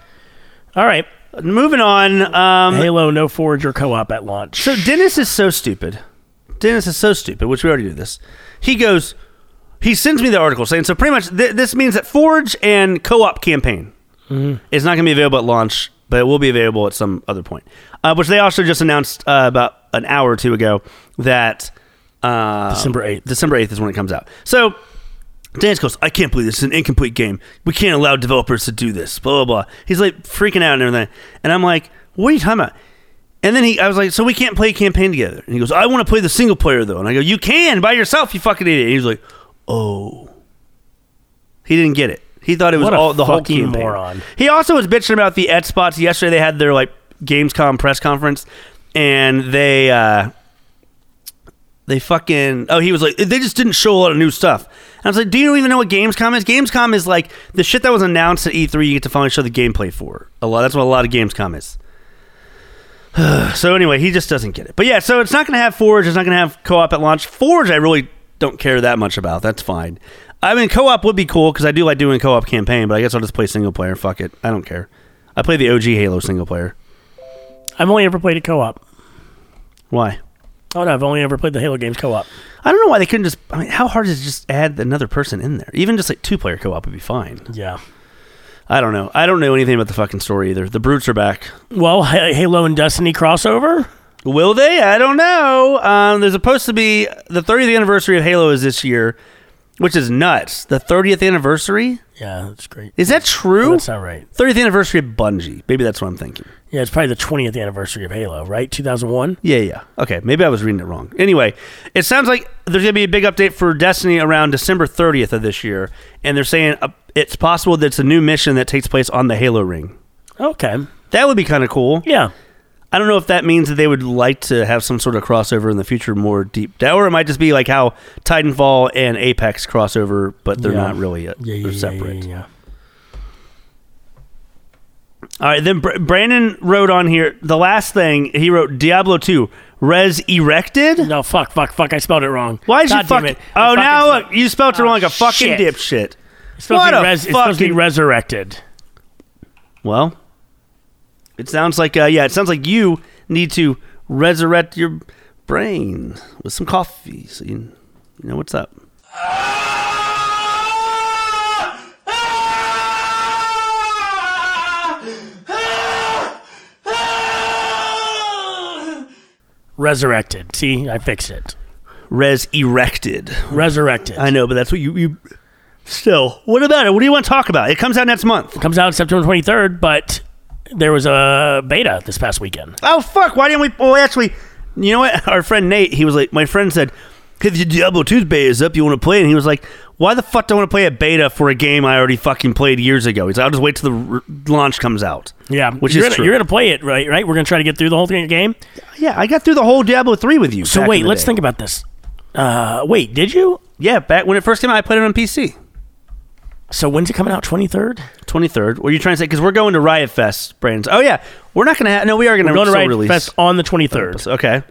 Speaker 1: All right.
Speaker 2: Moving on. Um,
Speaker 1: Halo No Forge or co-op at launch.
Speaker 2: So Dennis is so stupid. Dennis is so stupid, which we already knew this. He goes, he sends me the article saying, so pretty much th- this means that Forge and co op campaign is not going to be available at launch, but it will be available at some other point. Uh, which they also just announced uh, about an hour or two ago that uh,
Speaker 1: December 8th.
Speaker 2: December 8th is when it comes out. So Dennis goes, I can't believe this is an incomplete game. We can't allow developers to do this, blah, blah, blah. He's like freaking out and everything. And I'm like, what are you talking about? And then he, I was like, so we can't play campaign together. And he goes, I want to play the single player though. And I go, you can by yourself, you fucking idiot. And he was like, oh. He didn't get it. He thought it was
Speaker 1: What a
Speaker 2: all the whole
Speaker 1: fucking
Speaker 2: campaign.
Speaker 1: moron.
Speaker 2: He also was bitching about the Ed spots. Yesterday they had their like Gamescom press conference, and they uh, they fucking oh he was like they just didn't show a lot of new stuff. And I was like, do you even know what Gamescom is? Gamescom is like the shit that was announced at E3. You get to finally show the gameplay for a lot. That's what a lot of Gamescom is. so anyway, he just doesn't get it. But yeah, so it's not going to have Forge. It's not going to have co-op at launch. Forge, I really don't care that much about. That's fine. I mean, co-op would be cool because I do like doing co-op campaign. But I guess I'll just play single player. Fuck it, I don't care. I play the OG Halo single player.
Speaker 1: I've only ever played a co-op.
Speaker 2: Why?
Speaker 1: Oh no, I've only ever played the Halo games co-op.
Speaker 2: I don't know why they couldn't just. I mean, how hard is it to just add another person in there? Even just like two player co op would be fine.
Speaker 1: Yeah.
Speaker 2: I don't know. I don't know anything about the fucking story either. The brutes are back.
Speaker 1: Well, Ha- Halo and Destiny crossover.
Speaker 2: Will they? I don't know. Um, there's supposed to be the 30th anniversary of Halo is this year, which is nuts. The 30th anniversary
Speaker 1: Yeah, that's great.
Speaker 2: is that true?
Speaker 1: That's not right.
Speaker 2: 30th anniversary of Bungie. Maybe that's what I'm thinking.
Speaker 1: Yeah, it's probably the 20th anniversary of Halo, right? 2001.
Speaker 2: Yeah, yeah. Okay, maybe I was reading it wrong. Anyway, it sounds like there's gonna be a big update for Destiny around December 30th of this year, and they're saying uh, it's possible that it's a new mission that takes place on the Halo ring.
Speaker 1: Okay.
Speaker 2: That would be kind of cool.
Speaker 1: Yeah.
Speaker 2: I don't know if that means that they would like to have some sort of crossover in the future, more deep down, or it might just be like how Titanfall and Apex crossover, but they're
Speaker 1: Yeah.
Speaker 2: not really uh
Speaker 1: Yeah. Yeah.
Speaker 2: they're
Speaker 1: yeah,
Speaker 2: separate.
Speaker 1: yeah, yeah.
Speaker 2: All right, then Br- Brandon wrote on here the last thing he wrote Diablo 2 Res Erected?
Speaker 1: No, fuck, fuck, fuck. I spelled it wrong.
Speaker 2: Why'd you
Speaker 1: God damn
Speaker 2: fuck
Speaker 1: it? I
Speaker 2: Oh,
Speaker 1: fucking
Speaker 2: now
Speaker 1: spelled-
Speaker 2: look, you spelled it
Speaker 1: Oh,
Speaker 2: wrong like a fucking
Speaker 1: shit.
Speaker 2: dipshit.
Speaker 1: It's supposed,
Speaker 2: what
Speaker 1: to
Speaker 2: a
Speaker 1: be res- it's supposed to be
Speaker 2: fucking-
Speaker 1: resurrected.
Speaker 2: Well, it sounds like uh, yeah, it sounds like you need to resurrect your brain with some coffee, so you, you know what's up.
Speaker 1: Resurrected. See, I fixed it.
Speaker 2: Res erected.
Speaker 1: Resurrected.
Speaker 2: I know, but that's what you you. Still, what about it? What do you want to talk about? It comes out next month.
Speaker 1: Comes out September 23rd, but there was a beta this past weekend.
Speaker 2: Oh fuck! Why didn't we? Well, actually, you know what? (laughs) Our friend Nate, he was like, my friend said, "If your Diablo 2's beta is up, you want to play?" it?" And he was like, "Why the fuck do I want to play a beta for a game I already fucking played years ago?" He's like, "I'll just wait till the r- launch comes out."
Speaker 1: Yeah,
Speaker 2: which
Speaker 1: you're
Speaker 2: is
Speaker 1: gonna,
Speaker 2: true.
Speaker 1: You're gonna play it, right? Right? We're gonna try to get through the whole thing game.
Speaker 2: Yeah, I got through the whole Diablo 3 with you.
Speaker 1: So
Speaker 2: back in
Speaker 1: wait,
Speaker 2: the
Speaker 1: let's
Speaker 2: day.
Speaker 1: think about this. Uh, wait, did you?
Speaker 2: Yeah, back when it first came out, I played it on PC.
Speaker 1: So when's it coming out? 23rd.
Speaker 2: 23rd. What are you trying to say? Because we're going to Riot Fest, Brandon. Oh, yeah. We're not going to have. No, we are going to
Speaker 1: We're going to
Speaker 2: still
Speaker 1: Riot
Speaker 2: release.
Speaker 1: Fest on the 23rd.
Speaker 2: Okay.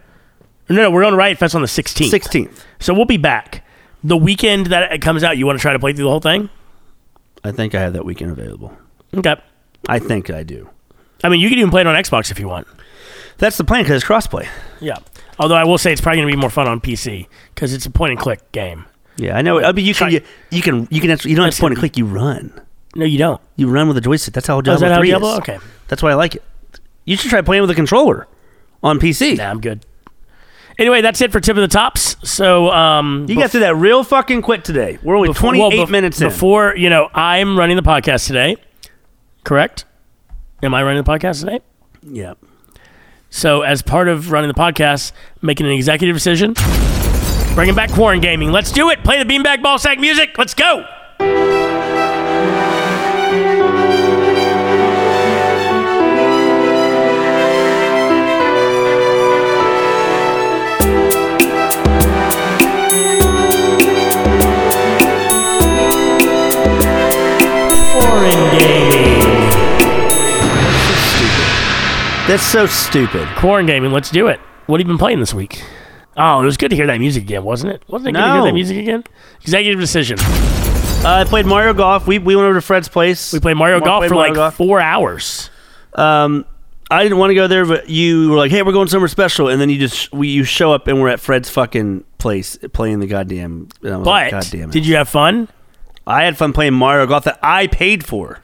Speaker 1: No, no, we're going to Riot Fest on the 16th.
Speaker 2: 16th.
Speaker 1: So we'll be back the weekend that it comes out. You want to try to play through the whole thing?
Speaker 2: I think I have that weekend available.
Speaker 1: Okay.
Speaker 2: I think I do.
Speaker 1: I mean, you can even play it on Xbox if you want.
Speaker 2: That's the plan because it's crossplay.
Speaker 1: Yeah. Although I will say it's probably going to be more fun on PC because it's a point and click game.
Speaker 2: Yeah, I know. I mean, you can,
Speaker 1: Try-
Speaker 2: you, you can, you can, actually- you don't have
Speaker 1: That's
Speaker 2: to point
Speaker 1: gonna
Speaker 2: and click. You run.
Speaker 1: No, you don't.
Speaker 2: You run with a joystick. That's how Diablo
Speaker 1: is that how
Speaker 2: 3
Speaker 1: Diablo?
Speaker 2: is.
Speaker 1: Okay.
Speaker 2: That's why I like it. You should try playing with a controller on PC.
Speaker 1: Nah, I'm good. Anyway, that's it for tip of the tops. So um,
Speaker 2: You got through that real fucking quick today. We're only
Speaker 1: before-
Speaker 2: 28
Speaker 1: well, bef-
Speaker 2: minutes in.
Speaker 1: Before, you know, I'm running the podcast today, correct? Am I running the podcast today?
Speaker 2: Yeah.
Speaker 1: So, as part of running the podcast, making an executive decision, bringing back Quarren Gaming. Let's do it. Play the beanbag ball sack music. Let's go. Quarren Gaming.
Speaker 2: That's so stupid.
Speaker 1: Quarren Gaming, let's do it. What have you been playing this week? Oh, it was good to hear that music again, wasn't it? Wasn't it good to hear
Speaker 2: No.
Speaker 1: that music again? Executive decision.
Speaker 2: Uh, I played Mario Golf. We, we went over to Fred's place.
Speaker 1: We played Mario
Speaker 2: Mar-
Speaker 1: Golf
Speaker 2: played
Speaker 1: for
Speaker 2: Mario
Speaker 1: like
Speaker 2: Golf.
Speaker 1: four hours.
Speaker 2: Um, I didn't want to go there, but you were like, "Hey, we're going somewhere special," and then you just we you show up and we're at Fred's fucking place playing the goddamn. And I was
Speaker 1: But
Speaker 2: like, God damn it.
Speaker 1: did you have fun?
Speaker 2: I had fun playing Mario Golf that I paid for.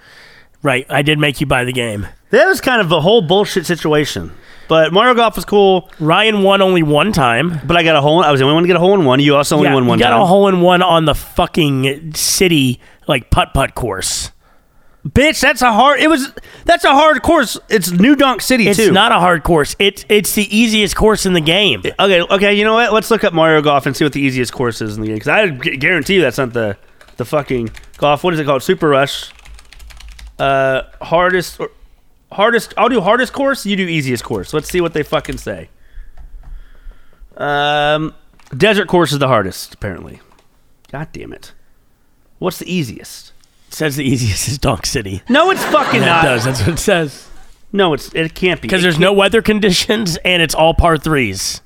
Speaker 1: Right, I did make you buy the game.
Speaker 2: That was kind of a whole bullshit situation. But Mario Golf was cool.
Speaker 1: Ryan won only one time.
Speaker 2: But I got a hole. I was the only one to get a hole in one. You also only
Speaker 1: yeah,
Speaker 2: won one
Speaker 1: you got
Speaker 2: time.
Speaker 1: a hole in one on the fucking city like putt putt course.
Speaker 2: Bitch, that's a hard. It was that's a hard course. It's New Donk City
Speaker 1: It's
Speaker 2: too.
Speaker 1: not a hard course. It's it's the easiest course in the game.
Speaker 2: Okay, okay. You know what? Let's look up Mario Golf and see what the easiest course is in the game. Because I gu- guarantee you that's not the the fucking golf. What is it called? Super Rush. Uh, hardest or hardest. I'll do hardest course. You do easiest course. Let's see what they fucking say. Um, desert course is the hardest apparently. God damn it! What's the easiest?
Speaker 1: It says the easiest is Donk City.
Speaker 2: No, it's fucking
Speaker 1: That
Speaker 2: not.
Speaker 1: does. That's what it says.
Speaker 2: No, it's it can't be.
Speaker 1: Because there's no weather conditions and it's all par threes.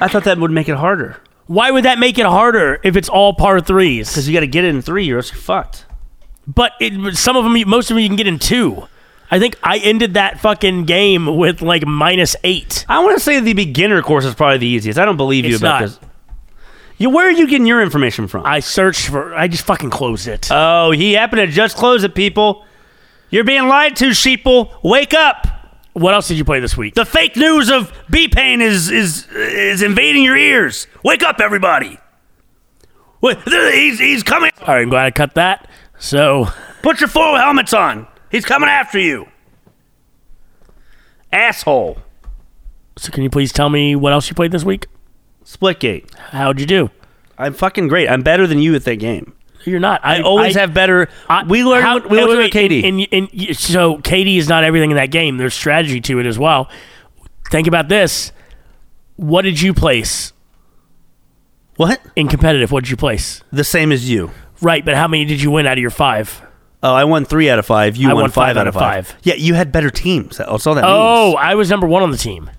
Speaker 2: I thought that would make it harder.
Speaker 1: Why would that make it harder if it's all par threes?
Speaker 2: Because you got to get it in three, or else you're fucked.
Speaker 1: But it, some of them, you- most of them, you can get in two. I think I ended that fucking game with like minus eight.
Speaker 2: I want to say the beginner course is probably the easiest. I don't believe you
Speaker 1: It's not.
Speaker 2: about this. You, where are you getting your information from?
Speaker 1: I searched for. I just fucking closed it.
Speaker 2: oh, he happened to just close it, people. You're being lied to, sheeple. Wake up!
Speaker 1: what else did you play this week?
Speaker 2: The fake news of B pain is is is invading your ears. Wake up, everybody! Wait, he's he's coming.
Speaker 1: all right, I'm glad I cut that. Oh. So
Speaker 2: Put your full helmets on. He's coming after you. Asshole.
Speaker 1: so can you please tell me what else you played this week?
Speaker 2: Splitgate.
Speaker 1: How'd you do?
Speaker 2: I'm fucking great. I'm better than you at that game.
Speaker 1: You're not. I,
Speaker 2: I always
Speaker 1: I-
Speaker 2: have better.
Speaker 1: I-
Speaker 2: we learned.
Speaker 1: how-
Speaker 2: we
Speaker 1: wait,
Speaker 2: learned
Speaker 1: wait,
Speaker 2: with Katie.
Speaker 1: And, and, and so Katie is not everything in that game. There's strategy to it as well. Think about this. What did you place?
Speaker 2: What?
Speaker 1: In competitive, what did you place?
Speaker 2: The same as you.
Speaker 1: Right, but how many did you win out of your five?
Speaker 2: Oh, I won three out of five. You
Speaker 1: I
Speaker 2: won,
Speaker 1: won
Speaker 2: five, out of five. Yeah, you had better teams. That's all that
Speaker 1: Oh, I was number one on the team.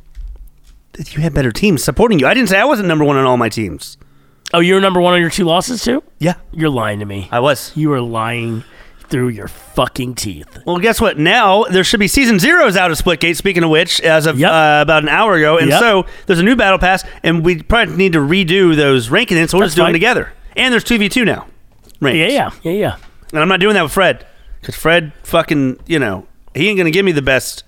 Speaker 2: means. You had better teams supporting you. I didn't say I wasn't number one on all my teams.
Speaker 1: Oh, you were number one on your two losses too?
Speaker 2: Yeah,
Speaker 1: You're lying to me.
Speaker 2: I was.
Speaker 1: You are lying through your fucking teeth.
Speaker 2: Well, guess what? Now there should be season zeros out of Splitgate. Speaking of which, as of
Speaker 1: Yep.
Speaker 2: uh, about an hour ago, and
Speaker 1: Yep.
Speaker 2: so there's a new battle pass, and we probably need to redo those rankings. So we'll
Speaker 1: That's
Speaker 2: just do
Speaker 1: fine.
Speaker 2: them together. And there's two v two now. Ranked.
Speaker 1: Yeah, yeah, yeah, yeah.
Speaker 2: And I'm not doing that with Fred because Fred fucking you know he ain't gonna give me the best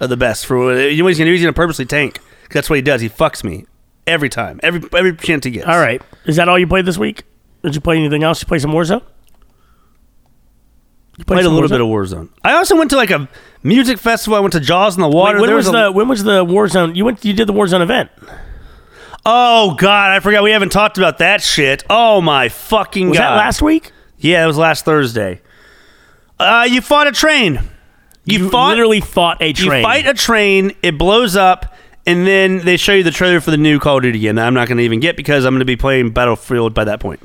Speaker 2: of the best for what, you know what he's gonna do. He's gonna purposely tank. 'Cause that's what he does. He fucks me every time. Every every chance he gets.
Speaker 1: All right. Is that all you played this week? Did you play anything else? You play some Warzone? You
Speaker 2: Played a
Speaker 1: some
Speaker 2: little
Speaker 1: Warzone?
Speaker 2: bit of Warzone. I also went to like a music festival. I went to Jaws in the
Speaker 1: Wait,
Speaker 2: Water.
Speaker 1: when
Speaker 2: There
Speaker 1: was,
Speaker 2: a-
Speaker 1: the when was the Warzone? You went you did the Warzone event.
Speaker 2: Oh God, I forgot we haven't talked about that shit. Oh my fucking
Speaker 1: Was
Speaker 2: god.
Speaker 1: that last week?
Speaker 2: Yeah, it was last Thursday. Uh, you fought a train. You, fought
Speaker 1: literally fought a train.
Speaker 2: You fight a train, it blows up, and then they show you the trailer for the new Call of Duty game that I'm not going to even get because I'm going to be playing Battlefield by that point.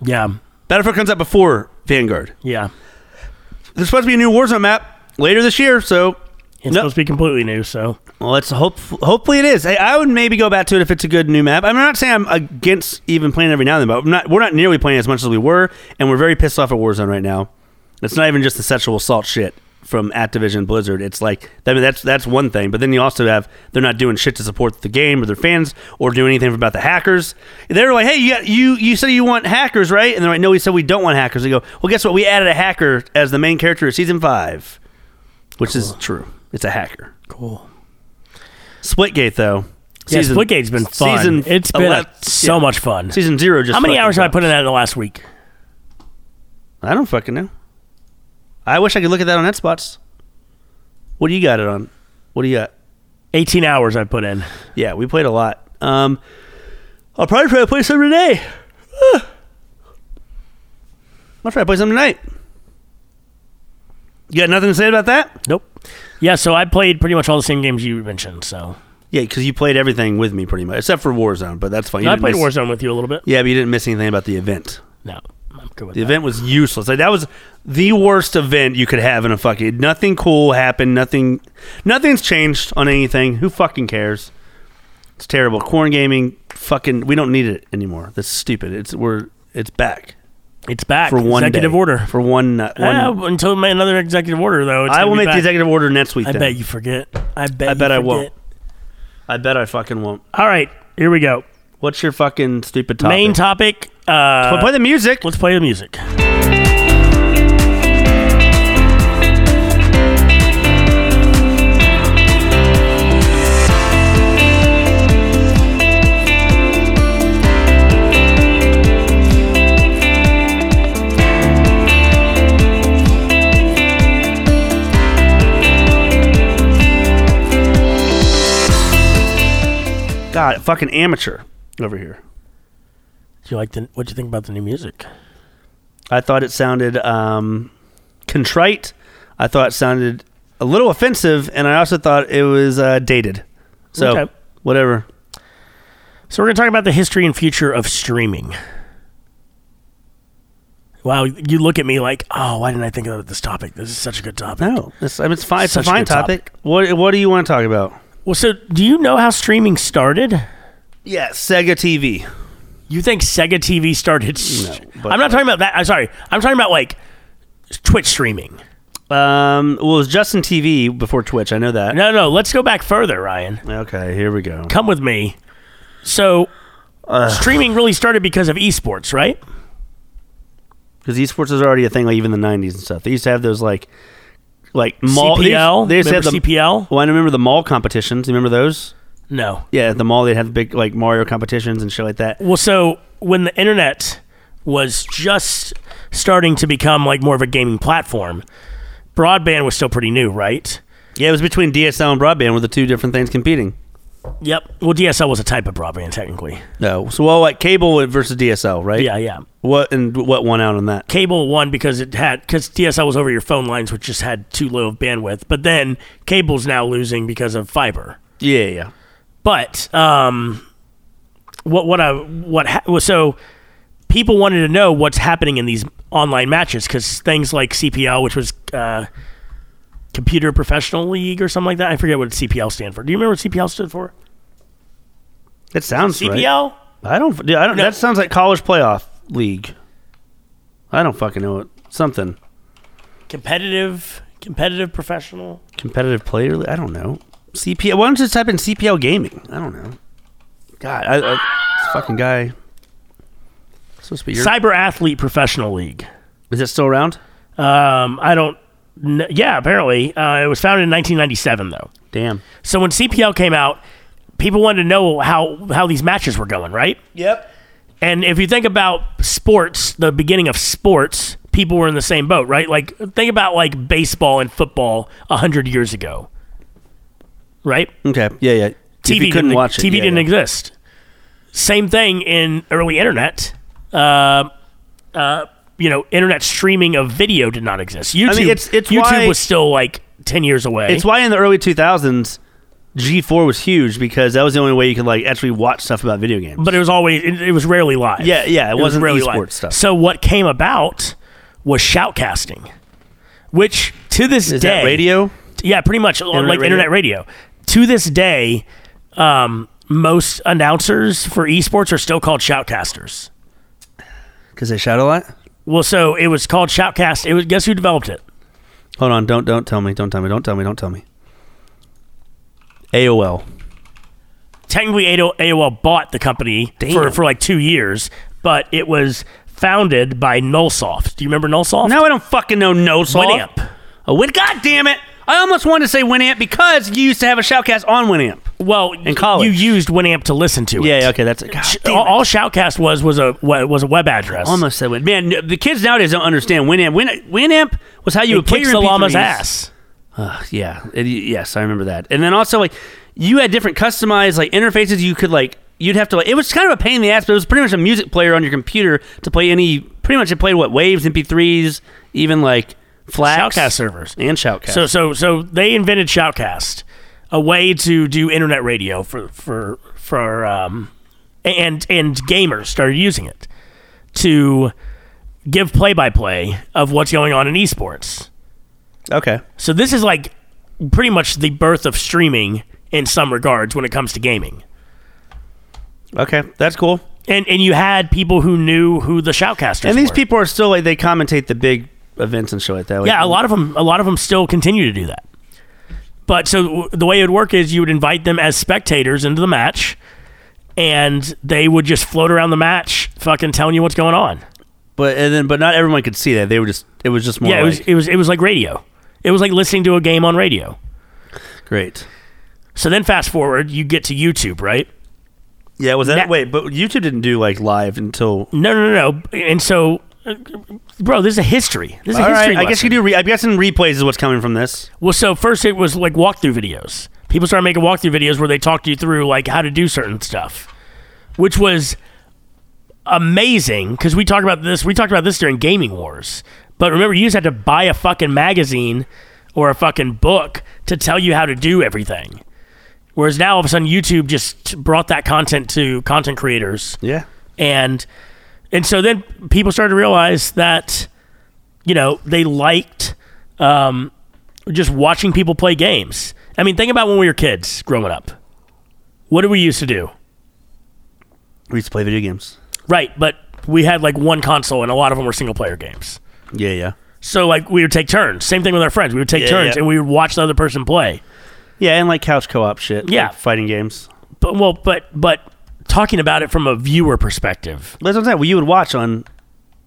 Speaker 1: Yeah.
Speaker 2: Battlefield comes out before Vanguard.
Speaker 1: Yeah.
Speaker 2: There's supposed to be a new Warzone map later this year, so
Speaker 1: It's
Speaker 2: No.
Speaker 1: supposed to be completely new, so
Speaker 2: well, let's hope. Hopefully, it is. Hey, I would maybe go back to it if it's a good new map. I'm not saying I'm against even playing every now and then, but I'm not, we're not nearly playing as much as we were, and we're very pissed off at Warzone right now. It's not even just the sexual assault shit from Activision Blizzard. It's like I mean, that's that's one thing, but then you also have they're not doing shit to support the game or their fans or do anything about the hackers. They're like, hey, you got, you you said you want hackers, right? And they're like, no, we said we don't want hackers. They go, well, guess what? We added a hacker as the main character of season five, which is true. It's a hacker.
Speaker 1: cool.
Speaker 2: Splitgate though.
Speaker 1: Yeah, Splitgate's been fun.
Speaker 2: Season
Speaker 1: it's been a-
Speaker 2: 11
Speaker 1: so
Speaker 2: yeah.
Speaker 1: much fun.
Speaker 2: Season zero just.
Speaker 1: How many
Speaker 2: fucking
Speaker 1: hours have I
Speaker 2: dropped.
Speaker 1: put in that in the last week?
Speaker 2: I don't fucking know. I wish I could look at that on Spots. What do you got it on? What do you got?
Speaker 1: 18 hours I put in.
Speaker 2: Yeah, we played a lot. Um, I'll probably try to play some today. I'll try to play some tonight. You got nothing to say about that?
Speaker 1: Nope. Yeah, so I played pretty much all the same games you mentioned, so.
Speaker 2: Yeah, because you played everything with me pretty much, except for Warzone, but that's fine. You
Speaker 1: I
Speaker 2: didn't
Speaker 1: played
Speaker 2: miss-
Speaker 1: Warzone with you a little bit.
Speaker 2: Yeah, but you didn't miss anything about the event.
Speaker 1: No, I'm good with
Speaker 2: The
Speaker 1: that.
Speaker 2: event was useless. Like that was the worst event you could have in a fucking. Nothing cool happened. Nothing. Nothing's changed on anything. Who fucking cares? It's terrible. Corn gaming. Fucking. We don't need it anymore. That's stupid. It's we're. It's back
Speaker 1: It's back.
Speaker 2: for one
Speaker 1: executive
Speaker 2: day.
Speaker 1: order.
Speaker 2: for one. Uh, one
Speaker 1: Ah, until ma- another executive order, though. It's
Speaker 2: I
Speaker 1: gonna
Speaker 2: will
Speaker 1: be
Speaker 2: make
Speaker 1: back.
Speaker 2: the executive order next week.
Speaker 1: I
Speaker 2: then.
Speaker 1: bet you forget. I bet.
Speaker 2: I
Speaker 1: you
Speaker 2: bet I
Speaker 1: forget.
Speaker 2: won't. I bet I fucking won't.
Speaker 1: All right, here we go.
Speaker 2: What's your fucking stupid topic?
Speaker 1: Main topic.
Speaker 2: But
Speaker 1: Uh,
Speaker 2: play the music.
Speaker 1: let's play the music.
Speaker 2: God, fucking amateur over here.
Speaker 1: Do you like the? What do you think about the new music?
Speaker 2: I thought it sounded um, contrite. I thought it sounded a little offensive, and I also thought it was uh, dated. So
Speaker 1: Okay.
Speaker 2: whatever.
Speaker 1: So we're going to talk about the history and future of streaming. Wow, you look at me like, oh, why didn't I think about this topic? This is such a good topic.
Speaker 2: No, it's, I mean, it's fine. It's
Speaker 1: Such a
Speaker 2: a fine
Speaker 1: good topic.
Speaker 2: topic. What What do you want to talk about?
Speaker 1: Well, so do you know how streaming started?
Speaker 2: Yeah, Sega TV.
Speaker 1: You think Sega TV started? s-
Speaker 2: No, but-
Speaker 1: I'm not talking about that. I'm sorry. I'm talking about like Twitch streaming.
Speaker 2: Um, well, it was Justin TV before Twitch. I know that.
Speaker 1: No, no. Let's go back further, Ryan.
Speaker 2: Okay, here we go.
Speaker 1: Come with me. So, streaming really started because of esports, right?
Speaker 2: Because esports is already a thing, like even the '90s and stuff. They used to have those like, like mall. they used-
Speaker 1: CPL.
Speaker 2: They used,
Speaker 1: Remember
Speaker 2: to have the
Speaker 1: CPL?
Speaker 2: Well, I remember the mall competitions. You remember those?
Speaker 1: No.
Speaker 2: Yeah, at the mall they'd have big like Mario competitions and shit like that.
Speaker 1: Well, so when the internet was just starting to become like more of a gaming platform, broadband was still pretty new, right?
Speaker 2: Yeah, it was between DSL and broadband were the two different things competing.
Speaker 1: Yep. Well, DSL was a type of broadband technically.
Speaker 2: No, so well, like cable versus DSL, right?
Speaker 1: Yeah, yeah.
Speaker 2: What and what won out on that?
Speaker 1: Cable won because it had because DSL was over your phone lines, which just had too low of bandwidth. But then cable's now losing because of fiber.
Speaker 2: Yeah, yeah.
Speaker 1: But um, what what I what ha- well, so people wanted to know what's happening in these online matches because things like CPL, which was uh, Computer Professional League or something like that. I forget what CPL stand for. Do you remember what CPL stood for?
Speaker 2: That sounds right.
Speaker 1: CPL.
Speaker 2: I don't. dude, I don't. That sounds like college playoff league. I don't fucking know it. Something
Speaker 1: competitive competitive professional
Speaker 2: competitive player. le- I don't know. CPL. Why don't you just type in CPL gaming? I don't know. God, I, I, this fucking guy. Supposed to be your.
Speaker 1: cyber athlete professional league
Speaker 2: Is it still around?
Speaker 1: um i don't kn- yeah apparently uh, it was founded in 1997 though
Speaker 2: Damn.
Speaker 1: so when cpl came out people wanted to know how how these matches were going right
Speaker 2: Yep.
Speaker 1: and if you think about sports the beginning of sports people were in the same boat right like think about like baseball and football 100 years ago right
Speaker 2: Okay. Yeah,
Speaker 1: TV
Speaker 2: yeah. if you couldn't
Speaker 1: didn't,
Speaker 2: watch it.
Speaker 1: TV
Speaker 2: yeah,
Speaker 1: didn't
Speaker 2: yeah.
Speaker 1: exist. Same thing in early internet. Uh, uh, you know, internet streaming of video did not exist. YouTube,
Speaker 2: it's- it's
Speaker 1: YouTube
Speaker 2: why-
Speaker 1: was still like ten years away.
Speaker 2: It's why in the early 2000s, G4 was huge because that was the only way you could like actually watch stuff about video games.
Speaker 1: but it was always it, it was rarely live.
Speaker 2: Yeah, yeah, it
Speaker 1: was
Speaker 2: wasn't
Speaker 1: rarely
Speaker 2: esports
Speaker 1: live.
Speaker 2: stuff.
Speaker 1: So what came about was shoutcasting, which to this
Speaker 2: is
Speaker 1: day
Speaker 2: that radio?
Speaker 1: Yeah, pretty much like
Speaker 2: radio?
Speaker 1: internet radio. To this day, um, most announcers for esports are still called shoutcasters.
Speaker 2: Because they shout a lot.
Speaker 1: Well, so it was called Shoutcast. It was guess who developed it?
Speaker 2: Hold on! Don't don't tell me! Don't tell me! Don't tell me! Don't tell me! AOL.
Speaker 1: Technically, AOL AOL bought the company for,
Speaker 2: Damn.
Speaker 1: for like two years, but it was founded by Nullsoft. Do you remember Nullsoft?
Speaker 2: Now I don't fucking know no song.
Speaker 1: Winamp.
Speaker 2: A win. God damn it! I almost wanted to say Winamp because you used to have a shoutcast on Winamp.
Speaker 1: Well, in
Speaker 2: college.
Speaker 1: you used Winamp to listen to it.
Speaker 2: Yeah. yeah, Okay. That's it. God
Speaker 1: Sh-
Speaker 2: damn
Speaker 1: all,
Speaker 2: it.
Speaker 1: all Shoutcast was was a wa- was a web address.
Speaker 2: Almost said Win. Man, n- the kids nowadays don't understand Winamp. Win, Winamp was how you
Speaker 1: it
Speaker 2: would play
Speaker 1: kicks
Speaker 2: your
Speaker 1: the
Speaker 2: MP3s.
Speaker 1: llama's ass.
Speaker 2: Yeah. It- yes, I remember that. And then also like you had different customized like interfaces you could like you'd have to like it was kind of a pain in the ass, but it was pretty much a music player on your computer to play any pretty much it played what waves, MP3s, even like flash
Speaker 1: Shoutcast servers.
Speaker 2: and shoutcast.
Speaker 1: So so so they invented Shoutcast, a way to do internet radio for for for um, and and gamers started using it to give play by play of what's going on in esports.
Speaker 2: okay.
Speaker 1: So this is like pretty much the birth of streaming in some regards when it comes to gaming.
Speaker 2: Okay. That's cool.
Speaker 1: And and you had people who knew who the shoutcasters
Speaker 2: And these
Speaker 1: were.
Speaker 2: people are still like they commentate the big events and shit like that. Like,
Speaker 1: Yeah, a lot of them. A lot of them still continue to do that. But so w- the way it would work is you would invite them as spectators into the match, and they would just float around the match, fucking telling you what's going on.
Speaker 2: But and then but not everyone could see that. They were just it was just more
Speaker 1: yeah, it was
Speaker 2: like,
Speaker 1: it was it was like radio. It was like listening to a game on radio.
Speaker 2: great.
Speaker 1: So then fast forward, you get to YouTube, right?
Speaker 2: Yeah, was that
Speaker 1: That-
Speaker 2: wait, but YouTube didn't do like live until
Speaker 1: No, no, no, no. And so, uh, bro, this is a history. This is a
Speaker 2: All
Speaker 1: history.
Speaker 2: right, I guess you
Speaker 1: lesson.
Speaker 2: do. Re- I'm guessing replays is what's coming from this.
Speaker 1: Well, so first it was like walkthrough videos. People started making walkthrough videos where they talked you through like how to do certain stuff, which was amazing because we talked about this. We talked about this during Gaming Wars, but remember, you just had to buy a fucking magazine or a fucking book to tell you how to do everything. Whereas now, all of a sudden, YouTube just brought that content to content creators
Speaker 2: Yeah.
Speaker 1: and and so then people started to realize that you know they liked um, just watching people play games. I mean, think about when we were kids growing up. What did we used to do?
Speaker 2: We used to play video games.
Speaker 1: Right, but we had like one console, and a lot of them were single player games.
Speaker 2: Yeah, yeah.
Speaker 1: So like we would take turns. Same thing with our friends. We would take
Speaker 2: Yeah,
Speaker 1: turns,
Speaker 2: yeah.
Speaker 1: and we would watch the other person play.
Speaker 2: Yeah, and like couch co op shit.
Speaker 1: Yeah.
Speaker 2: like fighting games.
Speaker 1: But well, but but talking about it from a viewer perspective.
Speaker 2: That's what I'm saying. Well, you would watch on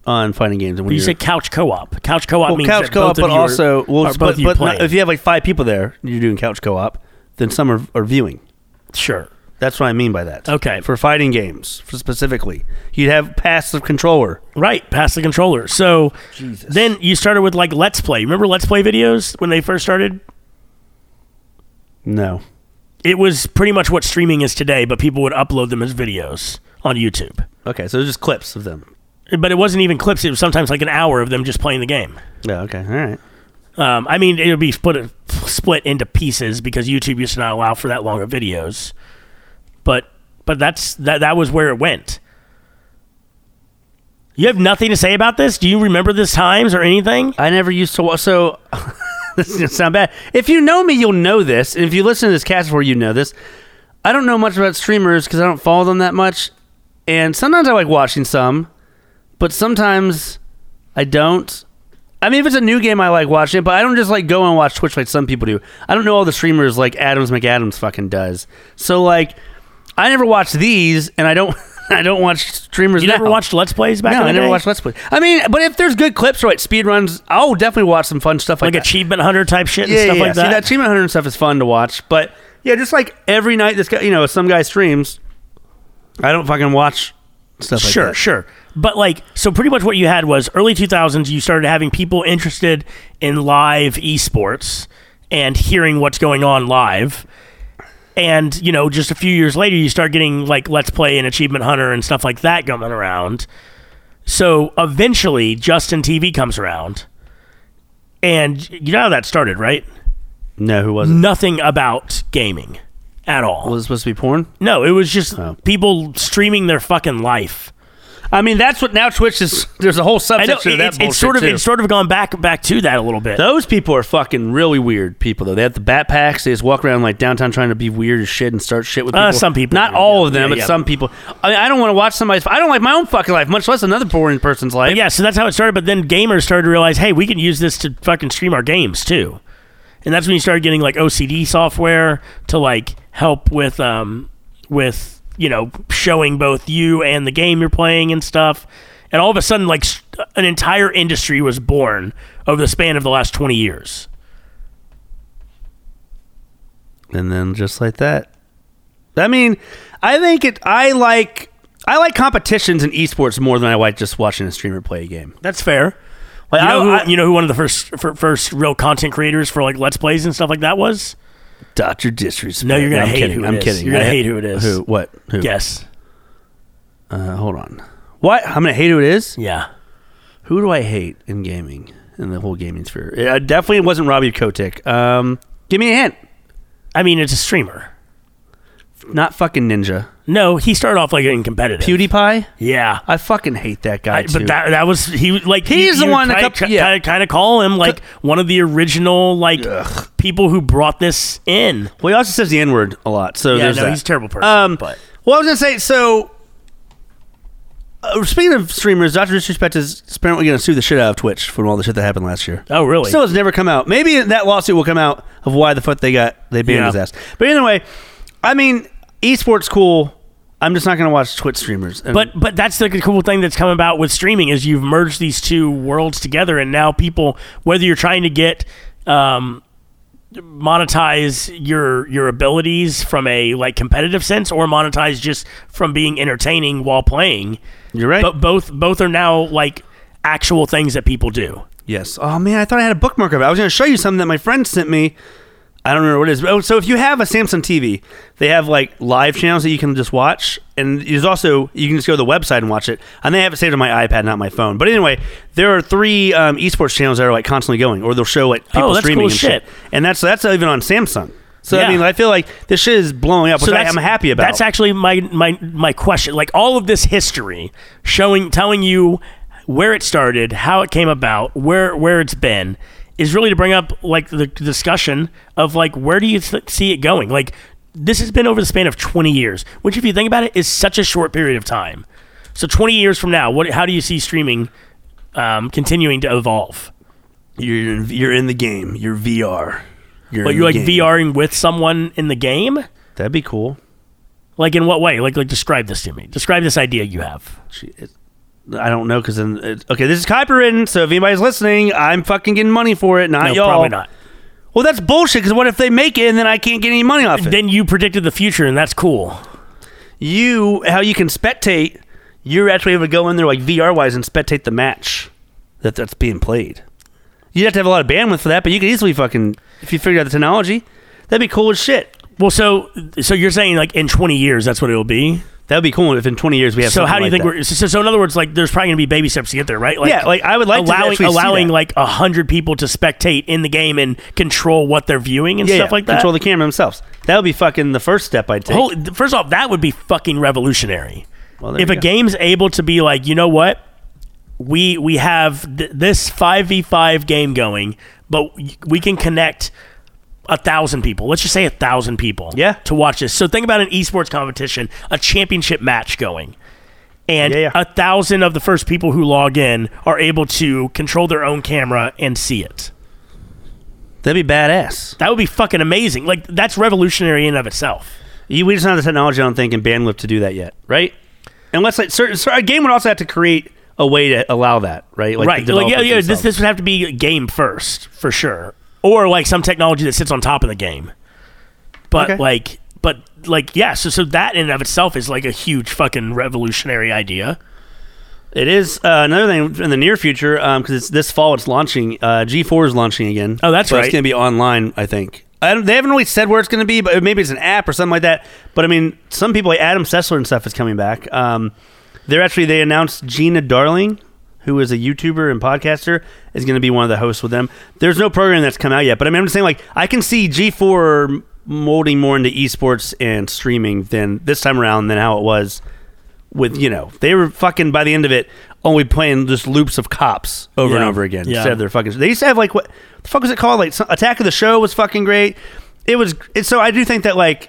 Speaker 2: on fighting games. And when
Speaker 1: You
Speaker 2: you're-
Speaker 1: said couch co-op. Couch co-op
Speaker 2: well,
Speaker 1: means
Speaker 2: (laughs) couch
Speaker 1: that
Speaker 2: co op,
Speaker 1: both of
Speaker 2: but
Speaker 1: you are-
Speaker 2: also, well,
Speaker 1: are
Speaker 2: but,
Speaker 1: both of you
Speaker 2: but not-
Speaker 1: playing.
Speaker 2: if you have like five people there, you're doing couch co op, then some are, are viewing.
Speaker 1: sure.
Speaker 2: That's what I mean by that.
Speaker 1: Okay.
Speaker 2: For fighting games for specifically, you'd have passive controller.
Speaker 1: Right, past the controller. So then you started with like Let's Play. Remember Let's Play videos when they first started?
Speaker 2: No.
Speaker 1: It was pretty much what streaming is today, but people would upload them as videos on YouTube.
Speaker 2: Okay, so just clips of them.
Speaker 1: But it wasn't even clips, it was sometimes like an hour of them just playing the game.
Speaker 2: Yeah, okay. All right.
Speaker 1: Um, I mean, it would be split, split into pieces because YouTube used to not allow for that long of videos. But but that's that, that was where it went. You have nothing to say about this? Do you remember this times or anything?
Speaker 2: I never used to watch. So (laughs) this is gonna sound bad. If you know me, you'll know this, and if you listen to this cast before, you know this. I don't know much about streamers because I don't follow them that much, and sometimes I like watching some, but sometimes I don't. I mean, if it's a new game, I like watching it, but I don't just like go and watch Twitch like some people do. I don't know all the streamers like Adams McAdams fucking does. So like, I never watch these, and I don't. (laughs) I don't watch streamers.
Speaker 1: You never
Speaker 2: now.
Speaker 1: watched Let's Plays back
Speaker 2: No,
Speaker 1: in the
Speaker 2: I never
Speaker 1: day?
Speaker 2: watched Let's Play. I mean, but if there's good clips or like speed runs, I'll definitely watch some fun stuff
Speaker 1: like
Speaker 2: like, that.
Speaker 1: Achievement Hunter type shit and
Speaker 2: yeah,
Speaker 1: stuff
Speaker 2: yeah,
Speaker 1: like
Speaker 2: See, that
Speaker 1: that.
Speaker 2: Achievement Hunter and stuff is fun to watch, but yeah, just like every night this guy, you know, some guy streams. I don't fucking watch stuff like
Speaker 1: sure,
Speaker 2: that.
Speaker 1: sure. But like, so pretty much what you had was early 2000s, you started having people interested in live esports and hearing what's going on live. And, you know, just a few years later, you start getting like Let's Play and Achievement Hunter and stuff like that coming around. So eventually, Justin TV comes around. And you know how that started, right?
Speaker 2: No, who wasn't?
Speaker 1: Nothing about gaming at all.
Speaker 2: Was it supposed to be porn?
Speaker 1: No, it was just
Speaker 2: Oh.
Speaker 1: people streaming their fucking life.
Speaker 2: I mean, that's what now Twitch is. There's a whole
Speaker 1: I know
Speaker 2: subsection of that
Speaker 1: it's,
Speaker 2: bullshit
Speaker 1: it's sort of
Speaker 2: too.
Speaker 1: it's sort of gone back back to that a little bit.
Speaker 2: Those people are fucking really weird people though. They have the backpacks. They just walk around like downtown trying to be weird as shit and start shit with people.
Speaker 1: Uh, some people
Speaker 2: not
Speaker 1: do,
Speaker 2: all
Speaker 1: yeah.
Speaker 2: of them,
Speaker 1: Yeah,
Speaker 2: but
Speaker 1: yeah.
Speaker 2: some people. I, mean, I don't want to watch somebody's. I don't like my own fucking life, much less another boring person's life.
Speaker 1: But yeah, so that's how it started. But then gamers started to realize, hey, we can use this to fucking stream our games too. And that's when you started getting like OCD software to like help with um with you know showing both you and the game you're playing and stuff. And all of a sudden, like s- an entire industry was born over the span of the last twenty years.
Speaker 2: and then just like that. I mean, I think it. I like. I like competitions in esports more than I like just watching a streamer play a game.
Speaker 1: That's fair.
Speaker 2: Like,
Speaker 1: You know,
Speaker 2: I-
Speaker 1: who,
Speaker 2: I-
Speaker 1: you know who one of the first fir- first real content creators for like Let's Plays and stuff like that was?
Speaker 2: Dr. Disrespect.
Speaker 1: No, you're gonna
Speaker 2: I'm
Speaker 1: hate
Speaker 2: kidding.
Speaker 1: who it
Speaker 2: I'm
Speaker 1: is.
Speaker 2: kidding.
Speaker 1: You're gonna
Speaker 2: I-
Speaker 1: hate who it is.
Speaker 2: Who? What? Who?
Speaker 1: Yes.
Speaker 2: Uh, hold on. What? I'm gonna hate who it is.
Speaker 1: Yeah.
Speaker 2: Who do I hate in gaming? In the whole gaming sphere, it definitely wasn't Robbie Kotick. Um, give me a hint.
Speaker 1: I mean, it's a streamer.
Speaker 2: Not fucking Ninja.
Speaker 1: No, he started off like in competitive.
Speaker 2: PewDiePie.
Speaker 1: Yeah.
Speaker 2: I fucking hate that guy
Speaker 1: I-
Speaker 2: too.
Speaker 1: but that that was he was, like
Speaker 2: He's the one that
Speaker 1: kind,
Speaker 2: kept- yeah.
Speaker 1: kind of call him like one of the original like people who brought this in.
Speaker 2: well, he also says the N word a lot. So
Speaker 1: Yeah,
Speaker 2: there's
Speaker 1: no,
Speaker 2: that.
Speaker 1: he's a terrible person.
Speaker 2: Um,
Speaker 1: but
Speaker 2: well, I was gonna say so. Uh, speaking of streamers, Doctor Disrespect is apparently gonna sue the shit out of Twitch for all the shit that happened last year.
Speaker 1: oh really?
Speaker 2: Still has never come out. Maybe that lawsuit will come out of why the fuck they got they banned
Speaker 1: Yeah.
Speaker 2: his ass. But anyway, I mean, esports cool. I'm just not gonna watch Twitch streamers. And-
Speaker 1: But but that's the cool thing that's come about with streaming is you've merged these two worlds together, and now people, whether you're trying to get um, monetize your your abilities from a like competitive sense, or monetize just from being entertaining while playing,
Speaker 2: you're right.
Speaker 1: but both both are now like actual things that people do.
Speaker 2: Yes. Oh man, I thought I had a bookmark of it. I was going to show you something that my friend sent me. I don't remember what it is. Oh, so if you have a Samsung TV, they have like live channels that you can just watch, and there's also you can just go to the website and watch it. And they have it saved on my iPad, not my phone. But anyway, there are three um, esports channels that are like constantly going, or they'll show like people
Speaker 1: Oh, that's
Speaker 2: streaming
Speaker 1: cool
Speaker 2: and shit.
Speaker 1: shit.
Speaker 2: And that's that's even on Samsung. So I
Speaker 1: Yeah.
Speaker 2: mean, I feel like this shit is blowing up, which I,
Speaker 1: that's-
Speaker 2: am happy about.
Speaker 1: That's actually my my my question. Like all of this history, showing telling you where it started, how it came about, where where it's been, is really to bring up like the discussion of like where do you th- see it going? Like this has been over the span of 20 years, which if you think about it, is such a short period of time. So 20 years from now, what how do you see streaming um, continuing to evolve?
Speaker 2: you're in, you're in the game. You're VR. You're
Speaker 1: But
Speaker 2: in
Speaker 1: you're
Speaker 2: the
Speaker 1: like
Speaker 2: game.
Speaker 1: VRing with someone in the game?
Speaker 2: That'd be cool.
Speaker 1: Like in what way? Like like describe this to me. Describe this idea you have.
Speaker 2: She- it- I don't know because then it, okay, this is copywritten. So if anybody's listening, I'm fucking getting money for it, not
Speaker 1: No,
Speaker 2: y'all.
Speaker 1: probably not.
Speaker 2: Well, that's bullshit. Because what if they make it and then I can't get any money off it?
Speaker 1: Then you predicted the future, and that's cool.
Speaker 2: you how you can spectate? You're actually able to go in there like VR wise and spectate the match that that's being played. You'd have to have a lot of bandwidth for that, but you could easily fucking if you figured out the technology, that'd be cool as shit.
Speaker 1: Well, so so you're saying like in 20 years, that's what it'll be.
Speaker 2: That would be cool if in 20 years we have.
Speaker 1: So
Speaker 2: something
Speaker 1: how do you think
Speaker 2: like that.
Speaker 1: we're so, so? In other words, like there's probably gonna be baby steps to get there, right? Like,
Speaker 2: Yeah, like, I would like to
Speaker 1: allowing
Speaker 2: actually see
Speaker 1: allowing
Speaker 2: that.
Speaker 1: like a hundred people to spectate in the game and control what they're viewing and
Speaker 2: yeah,
Speaker 1: stuff
Speaker 2: yeah,
Speaker 1: like that.
Speaker 2: Control the camera themselves. That would be fucking the first step I'd take.
Speaker 1: Holy, th- first off, that would be fucking revolutionary.
Speaker 2: Well, there
Speaker 1: if
Speaker 2: you
Speaker 1: a
Speaker 2: go.
Speaker 1: game's able to be like, you know what, we we have th- this five v five game going, but y- we can connect a thousand people. Let's just say a thousand people,
Speaker 2: Yeah.
Speaker 1: to watch this. So think about an esports competition, a championship match going. And
Speaker 2: Yeah, yeah.
Speaker 1: a thousand of the first people who log in are able to control their own camera and see it.
Speaker 2: That'd be badass.
Speaker 1: That would be fucking amazing. Like that's revolutionary in and of itself.
Speaker 2: You, we just don't have the technology, I don't think, and bandwidth to do that yet, right? Unless like certain, cer- a game would also have to create a way to allow that, right? Like the
Speaker 1: right. Like, yeah,
Speaker 2: developers
Speaker 1: yeah. This
Speaker 2: themselves.
Speaker 1: this would have to be a game first for sure, or like some technology that sits on top of the game. But
Speaker 2: Okay.
Speaker 1: like, but like, yeah. So so that in and of itself is like a huge fucking revolutionary idea.
Speaker 2: It is uh, another thing in the near future because it's this fall. It's launching. Uh, G four is launching again.
Speaker 1: Oh, that's
Speaker 2: But
Speaker 1: right.
Speaker 2: It's going to be online, I think. I don't, they haven't really said where it's going to be, but maybe it's an app or something like that. But I mean, some people like Adam Sessler and stuff is coming back. Um, they're actually they announced Gina Darling, who is a YouTuber and podcaster, is going to be one of the hosts with them. There's no program that's come out yet, but I mean, I'm just saying like I can see G four molding more into esports and streaming than this time around than how it was with you know they were fucking by the end of it only playing just loops of cops over and
Speaker 1: Yeah.
Speaker 2: over again
Speaker 1: Yeah.
Speaker 2: instead of their fucking they used to have like what the fuck was it called like some, attack of the show was fucking great it was it, so i do think that like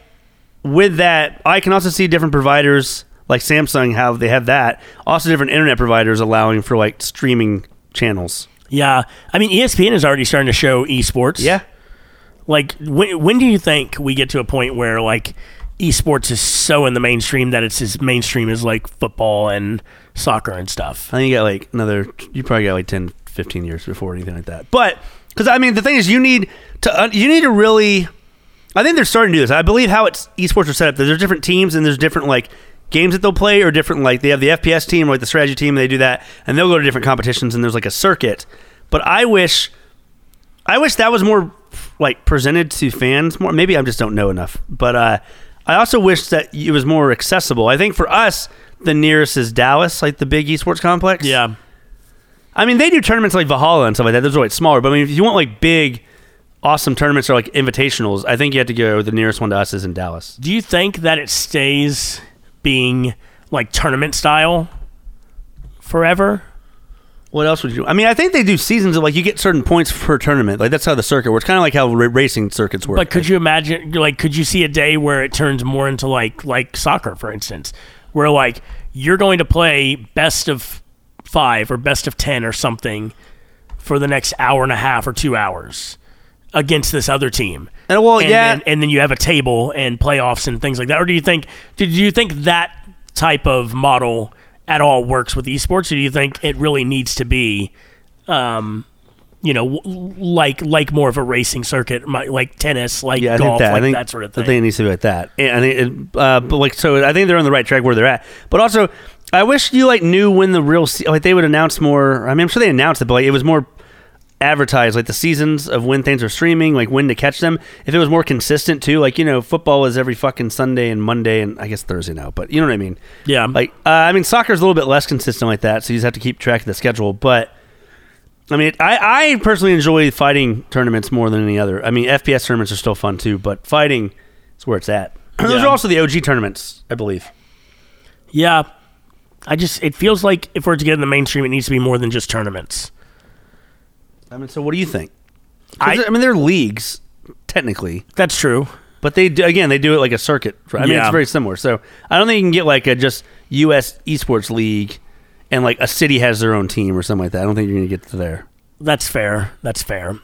Speaker 2: with that i can also see different providers like samsung how they have that also different internet providers allowing for like streaming channels
Speaker 1: Yeah. I mean, E ESPN is already starting to show esports. Like, when when do you think we get to a point where like esports is so in the mainstream that it's as mainstream as like football and soccer and stuff?
Speaker 2: I think you got like another, you probably got like 10, 15 years before anything like that. But, because I mean, the thing is, you need to, uh, you need to really, I think they're starting to do this. I believe how it's esports are set up. There's different teams and there's different like games that they'll play or different, like they have the FPS team or like the strategy team and they do that and they'll go to different competitions and there's like a circuit. But I wish, I wish that was more like presented to fans more. Maybe I just don't know enough, but uh, I also wish that it was more accessible. I think for us, the nearest is Dallas, like the big esports complex.
Speaker 1: Yeah.
Speaker 2: I mean they do tournaments like Valhalla and stuff like that. Those are like smaller, but I mean if you want like big, awesome tournaments or like invitationals, I think you have to go. The nearest one to us is in Dallas.
Speaker 1: Do you think that it stays being like tournament style forever?
Speaker 2: What else would you? do? I mean, I think they do seasons of like you get certain points per tournament. Like that's how the circuit works. Kind of like how ra- racing circuits work.
Speaker 1: But could you imagine like could you see a day where it turns more into like like soccer for instance, where like you're going to play best of 5 or best of 10 or something for the next hour and a half or 2 hours against this other team?
Speaker 2: And, well, Oh, yeah.
Speaker 1: then, and then you have a table and playoffs and things like that. Or do you think do you think that type of model at all works with esports? Or do you think it really needs to be, um, you know, w- like like more of a racing circuit, mi- like tennis, like
Speaker 2: yeah, I
Speaker 1: golf,
Speaker 2: think that.
Speaker 1: like
Speaker 2: I think
Speaker 1: that sort of
Speaker 2: The thing
Speaker 1: thing?
Speaker 2: needs to be like that. And I think, it, uh, but like, so I think they're on the right track where they're at. But also, I wish you like knew when the real se- like they would announce more. I mean, I'm sure they announced it, but like it was more advertised, like the seasons of when things are streaming, like when to catch them. If it was more consistent too, like you know, football is every fucking Sunday and Monday and I guess Thursday now. But you know what I mean?
Speaker 1: Yeah.
Speaker 2: Like, uh, I mean, soccer is a little bit less consistent like that, so you just have to keep track of the schedule. But I mean, I, I personally enjoy fighting tournaments more than any other. I mean, FPS tournaments are still fun too, but fighting is where it's at. Those
Speaker 1: Yeah.
Speaker 2: are also the OG tournaments, I believe.
Speaker 1: Yeah, I just it feels like if we're to get in the mainstream, it needs to be more than just tournaments.
Speaker 2: I mean, so what do you think? 'Cause,
Speaker 1: I-
Speaker 2: I, mean, they're leagues technically,
Speaker 1: That's true.
Speaker 2: but they do, again they do it like a circuit. I mean,
Speaker 1: Yeah.
Speaker 2: it's very similar. So I don't think you can get like a just U.S. esports league, and like a city has their own team or something like that. I don't think you're gonna get to there.
Speaker 1: That's fair. That's fair.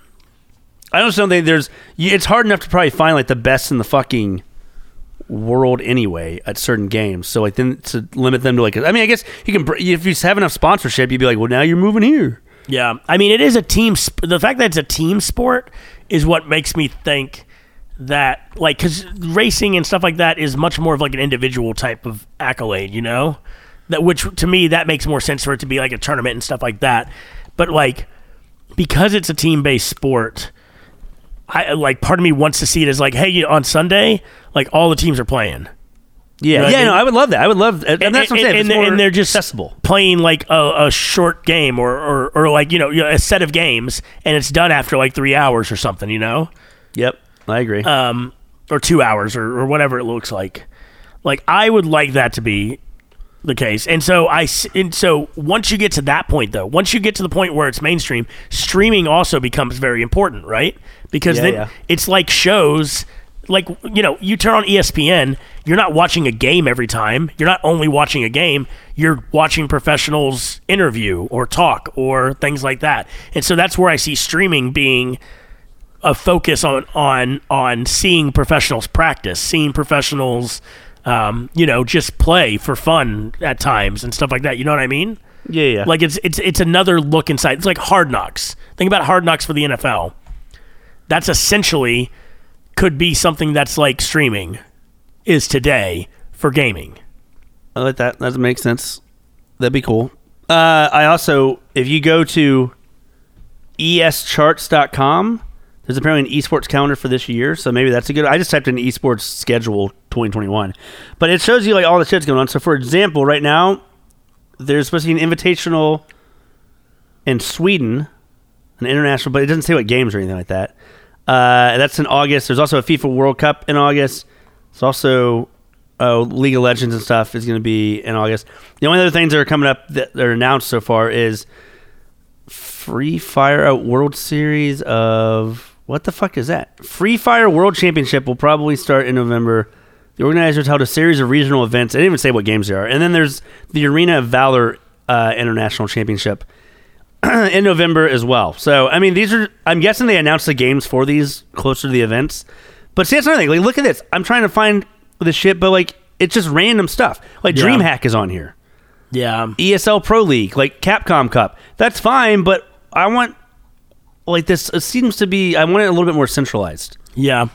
Speaker 2: I just don't think there's. y- It's hard enough to probably find like the best in the fucking world anyway at certain games. So like then to limit them to like. I mean, I guess you can br- if you have enough sponsorship, you'd be like, well, now you're moving here.
Speaker 1: Yeah, I mean, it is a team. Sp- the fact that it's a team sport is what makes me think that, like, because racing and stuff like that is much more of like an individual type of accolade, you know. That which to me that makes more sense for it to be like a tournament and stuff like that. But like, because it's a team based sport, I like part of me wants to see it as like, hey, you, on Sunday, like all the teams are playing.
Speaker 2: Yeah,
Speaker 1: know what I
Speaker 2: yeah, no,
Speaker 1: mean?
Speaker 2: I would love that. I would love, and, and that's what I'm saying.
Speaker 1: and,
Speaker 2: It's more
Speaker 1: and they're just
Speaker 2: accessible.
Speaker 1: playing like a, a short game or, or, or like you know you know, a set of games, and it's done after like three hours or something, you know,
Speaker 2: Yep, I
Speaker 1: (laughs)
Speaker 2: agree.
Speaker 1: um, or two hours or, or whatever it looks like. Like I would like that to be the case, and so I s- and so once you get to that point though, once you get to the point where it's mainstream, streaming also becomes very important, right? Because
Speaker 2: Yeah,
Speaker 1: then
Speaker 2: yeah.
Speaker 1: it's like shows. Like you know, you turn on E ESPN, you're not watching a game every time. You're not only watching a game, you're watching professionals interview or talk or things like that. And so that's where I see streaming being a focus on on on seeing professionals practice, seeing professionals, um, you know, just play for fun at times and stuff like that. You know what I mean?
Speaker 2: yeah, yeah.
Speaker 1: Like it's it's it's another look inside. It's like Hard Knocks. Think about Hard Knocks for the NFL. That's essentially could be something that's like streaming is today for gaming.
Speaker 2: I like that. That makes sense. That'd be cool. Uh, I also, if you go to E escharts.com, there's apparently an esports calendar for this year, so maybe that's a good. I just typed in esports schedule 2021, but it shows you like all the shit's going on. So, for example, right now there's supposed to be an invitational in Sweden, an international, but it doesn't say what games or anything like that. Uh, that's in August. There's also a FIFA World Cup in August. It's also oh, League of Legends and stuff is going to be in August. The only other things that are coming up that that are announced so far is Free Fire uh, World Series of what the fuck is that? Free Fire World Championship will probably start in November. The organizers held a series of regional events. They didn't even say what games they are. And then there's the Arena of Valor uh, International Championship (clears throat) in November as well. So I mean, these are I'm guessing they announced the games for these closer to the events. But see, that's another thing. Like, look at this. I'm trying to find the shit, but like, it's just random stuff. Like,
Speaker 1: Yeah.
Speaker 2: DreamHack is on here.
Speaker 1: Yeah.
Speaker 2: ESL E Pro League, like Capcom Cup. That's fine, but I want like this. It seems to be. I want it a little bit more centralized.
Speaker 1: Yeah.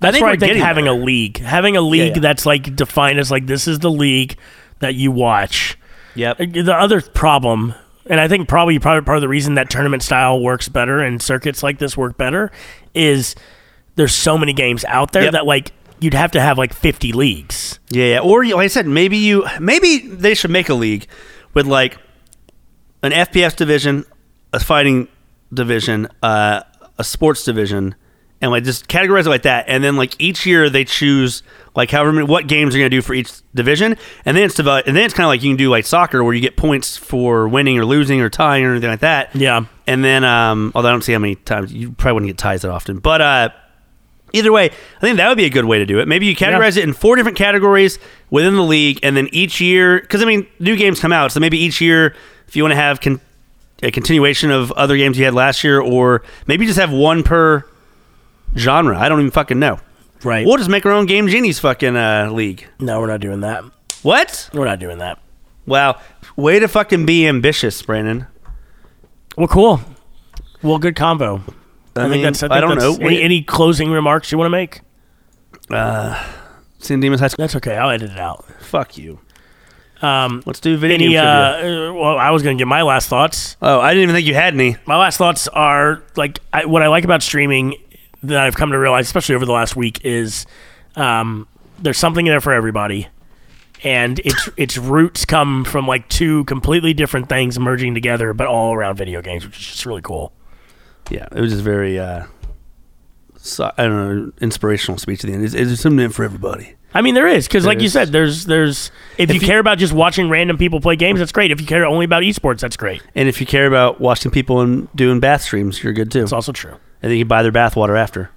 Speaker 1: That's
Speaker 2: think
Speaker 1: where I
Speaker 2: we're
Speaker 1: think
Speaker 2: getting
Speaker 1: having
Speaker 2: there.
Speaker 1: a league, having a league
Speaker 2: yeah.
Speaker 1: that's like defined as like this is the league that you watch.
Speaker 2: Yep.
Speaker 1: The other problem, and I think probably probably part of the reason that tournament style works better and circuits like this work better, is there's so many games out there
Speaker 2: Yep.
Speaker 1: that like you'd have to have like 50 leagues.
Speaker 2: Yeah, yeah. Or you- like I said, maybe you maybe they should make a league with like an FPS division, a fighting division, uh, a sports division, and like just categorize it like that. And then like each year they choose like however many what games are going to do for each division, and then it's about and then it's kind of like you can do like soccer where you get points for winning or losing or tying or anything like that.
Speaker 1: Yeah.
Speaker 2: And then um, although I don't see how many times you probably wouldn't get ties that often, but uh. Either way, I think that would be a good way to do it. Maybe you categorize it in four different categories within the league, and then each year, because I mean, new games come out, so maybe each year, if you want to have con- a continuation of other games you had last year, or maybe just have one per genre. I don't even fucking know.
Speaker 1: Right.
Speaker 2: We'll just make our own Game Genies fucking uh, league.
Speaker 1: No, we're not doing that.
Speaker 2: What?
Speaker 1: We're not doing that.
Speaker 2: Wow. Way to fucking be ambitious, Brandon.
Speaker 1: Well, cool. Well, good combo. I,
Speaker 2: mean,
Speaker 1: think that's. I, think
Speaker 2: I don't
Speaker 1: that's-
Speaker 2: know.
Speaker 1: Any,
Speaker 2: Wait.
Speaker 1: any closing remarks you want to make?
Speaker 2: San Dimas High School.
Speaker 1: That's okay. I'll edit it out.
Speaker 2: Fuck you.
Speaker 1: Um,
Speaker 2: Let's do video
Speaker 1: any
Speaker 2: game
Speaker 1: uh,
Speaker 2: trivia.
Speaker 1: uh, well i was gonna give my last thoughts
Speaker 2: Oh, I didn't even think you had any.
Speaker 1: my last thoughts are like I, what i like about streaming that i've come to realize especially over the last week is um, there's something there for everybody and its its roots come from like two completely different things merging together but all around video games which is just really cool
Speaker 2: Yeah, it was just very, uh, so, I don't know, inspirational speech at the end. Is there something in for everybody?
Speaker 1: I mean, there is because, like you
Speaker 2: is.
Speaker 1: said, there's there's if, you, care about just watching random people play games, that's great. If you care only about esports, that's great.
Speaker 2: And if you care about watching people and doing bath streams, you're good too.
Speaker 1: It's also true.
Speaker 2: And then you can buy their bath water after.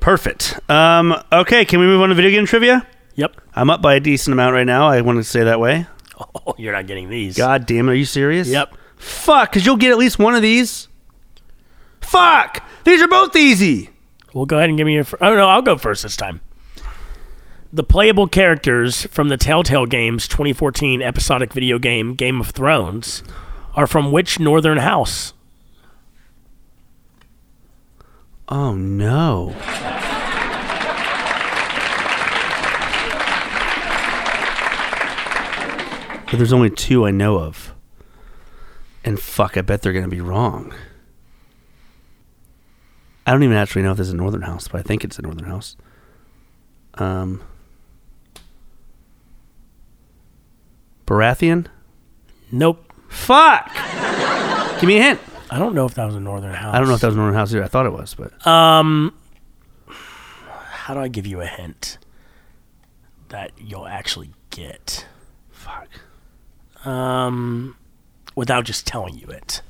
Speaker 2: Perfect. Um, okay, can we move on to video game trivia?
Speaker 1: Yep.
Speaker 2: I'm up by a decent amount right now. I want to say that way.
Speaker 1: Oh, (laughs) you're not getting these.
Speaker 2: God damn it, are you serious?
Speaker 1: Yep.
Speaker 2: Fuck, because you'll get at least one of these. Fuck! These are both easy.
Speaker 1: Well, go ahead and give me your. Fir- oh no, I'll go first this time. The playable characters from the Telltale Games 2014 episodic video game Game of Thrones are from which northern house?
Speaker 2: Oh no. But there's only two I know of. And fuck, I bet they're going to be wrong. I don't even actually know if this is a Northern House, but I think it's a Northern House. Um, Baratheon?
Speaker 1: Nope.
Speaker 2: Fuck! (laughs) Give me a hint.
Speaker 1: I don't know if that was a northern house.
Speaker 2: I don't know if that was Norman House either. I thought it was, but
Speaker 1: Um, how do I give you a hint that you'll actually get
Speaker 2: fuck.
Speaker 1: um, without just telling you it?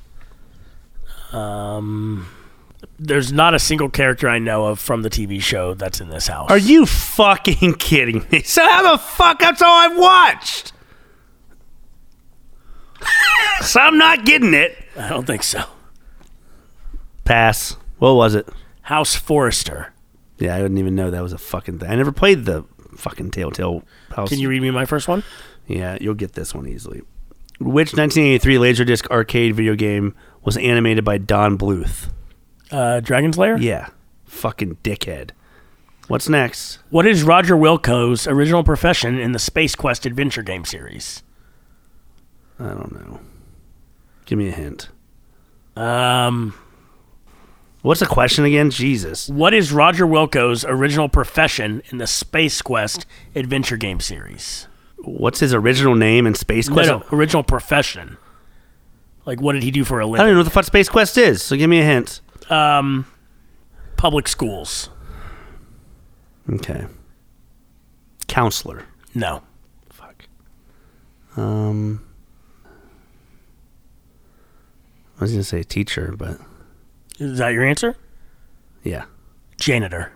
Speaker 1: Um, there's not a single character I know of from the TV show that's in this house.
Speaker 2: Are you fucking kidding me? So how the fuck? That's all I've watched. so I'm not getting it.
Speaker 1: I don't think so.
Speaker 2: Pass. What was it?
Speaker 1: House Forrester.
Speaker 2: Yeah, I didn't even know that was a fucking thing. I never played the fucking Telltale House.
Speaker 1: Can you read me my first one?
Speaker 2: Yeah, you'll get this one easily. Which 1983 Laserdisc arcade video game was animated by Don Bluth?
Speaker 1: Uh, Dragon's Lair?
Speaker 2: Yeah, fucking dickhead. What's next?
Speaker 1: What is Roger Wilco's original profession in the Space Quest adventure game series?
Speaker 2: I don't know. Give me a hint.
Speaker 1: Um,
Speaker 2: What's the question again? Jesus.
Speaker 1: What is Roger Wilco's original profession in the Space Quest adventure game series?
Speaker 2: What's his original name in Space
Speaker 1: No,
Speaker 2: Quest?
Speaker 1: no, original profession. Like, what did he do for a
Speaker 2: I don't
Speaker 1: living?
Speaker 2: even know what the fuck Space Quest is. So give me a hint.
Speaker 1: Um, public schools.
Speaker 2: Okay. Counselor.
Speaker 1: No.
Speaker 2: Fuck. Um. I was gonna say teacher, but
Speaker 1: Is that your answer?
Speaker 2: yeah.
Speaker 1: Janitor.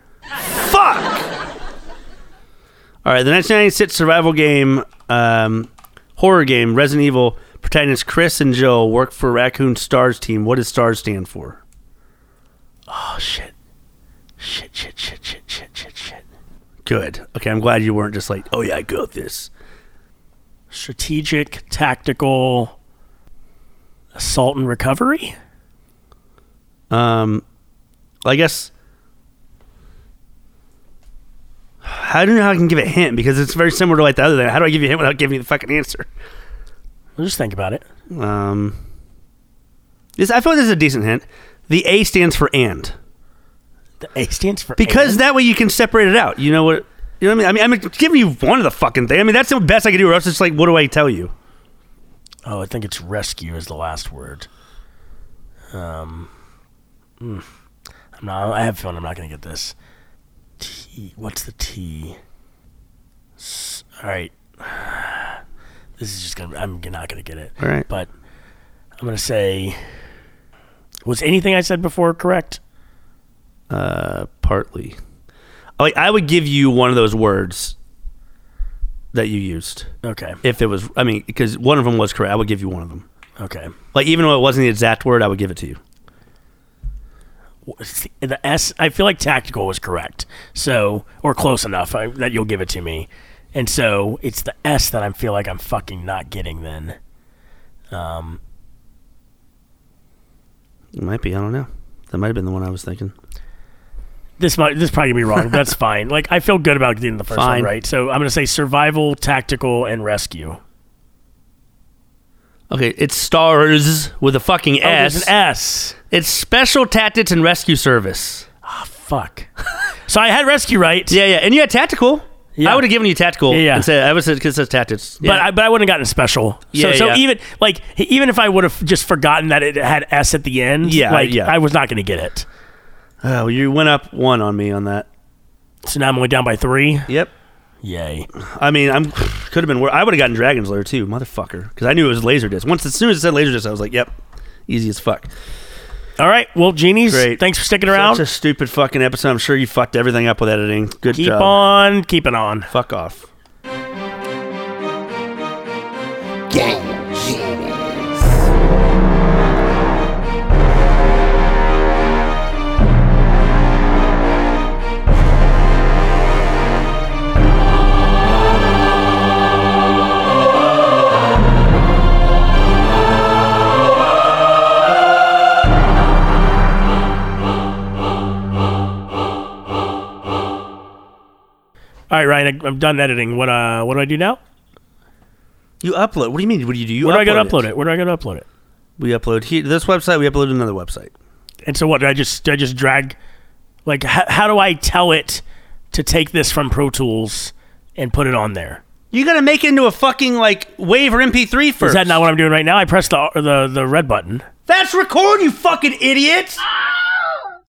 Speaker 2: All right, the 1996 survival game, um, horror game, Resident Evil. Protagonists Chris and Joel work for Raccoon Stars team. What does Stars stand for?
Speaker 1: Oh shit. Shit, shit, shit, shit, shit, shit, shit.
Speaker 2: Good. Okay, I'm glad you weren't just like, oh yeah, I got this.
Speaker 1: Strategic, tactical, assault and recovery?
Speaker 2: Um, I guess. How do you know how I can give a hint? Because it's very similar to like the other thing. How do I give you a hint without giving you the fucking answer?
Speaker 1: Well, just think about it.
Speaker 2: Um, this I feel like this is a decent hint. The A stands for and.
Speaker 1: The A stands for
Speaker 2: Because
Speaker 1: and.
Speaker 2: that way you can separate it out. You know what? You know what I mean? I mean, I'm giving you one of the fucking thing. I mean, that's the best I can do. Or else it's like, what do I tell you?
Speaker 1: Oh, I think it's rescue is the last word. Um, mm. I'm not, I have a feeling I'm not going to get this. T. What's the T? S- all right. (sighs) This is just going to, I'm not going to get it.
Speaker 2: All right.
Speaker 1: But I'm going to say, was anything I said before correct?
Speaker 2: Uh, partly. Like, I would give you one of those words that you used
Speaker 1: Okay.
Speaker 2: if it was. I mean, because one of them was correct. I would give you one of them.
Speaker 1: Okay.
Speaker 2: Like, even though it wasn't the exact word, I would give it to you.
Speaker 1: W- see, The S, I feel like tactical was correct. So, or close enough I, that you'll give it to me. And so it's the S that I feel like I'm fucking not getting then. Um,
Speaker 2: It might be. I don't know. That might have been the one I was thinking.
Speaker 1: this might this probably gonna be wrong.
Speaker 2: (laughs)
Speaker 1: That's fine. Like I feel good about getting the first
Speaker 2: Fine.
Speaker 1: one right. So I'm gonna say survival, tactical, and rescue.
Speaker 2: Okay, it's stars with a fucking
Speaker 1: Oh,
Speaker 2: S.
Speaker 1: there's an S.
Speaker 2: It's Special Tactics and Rescue Service.
Speaker 1: Fuck. (laughs) so I had rescue right.
Speaker 2: Yeah, yeah, and you had tactical.
Speaker 1: Yeah.
Speaker 2: I would have given you tactical.
Speaker 1: Yeah, yeah.
Speaker 2: and said, I would have said tactics.
Speaker 1: But I, but I wouldn't have gotten special.
Speaker 2: Yeah,
Speaker 1: so so
Speaker 2: yeah.
Speaker 1: even like even if I would have just forgotten that it had S at the end,
Speaker 2: Yeah,
Speaker 1: like
Speaker 2: yeah.
Speaker 1: I was not gonna get it.
Speaker 2: oh, you went up one on me on that.
Speaker 1: So now I'm only down by three.
Speaker 2: Yep.
Speaker 1: Yay.
Speaker 2: I mean, I'm (sighs) could have been. wor- I would have gotten Dragon's Lair too, motherfucker, because I knew it was Laserdisc. Once as soon as it said Laserdisc, I was like, yep, easy as fuck.
Speaker 1: All right. Well, genies,
Speaker 2: Great.
Speaker 1: thanks for sticking around.
Speaker 2: Such a stupid fucking episode. I'm sure you fucked everything up with editing. Good
Speaker 1: Keep
Speaker 2: job.
Speaker 1: on keeping on.
Speaker 2: Fuck off.
Speaker 1: All right, Ryan, I, I'm done editing. What uh what do I do now?
Speaker 2: You upload. What do you mean? What do you do? You
Speaker 1: Where do I gotta
Speaker 2: upload
Speaker 1: upload it? Where do I gotta upload it?
Speaker 2: We upload here this website. We upload another website.
Speaker 1: And so what? Do I just do I just drag? Like, h- how do I tell it to take this from Pro Tools and put it on there?
Speaker 2: You gotta make it into a fucking like wave or MP3 first.
Speaker 1: Is that not what I'm doing right now? I pressed the the, the red button.
Speaker 2: That's record, you fucking idiot.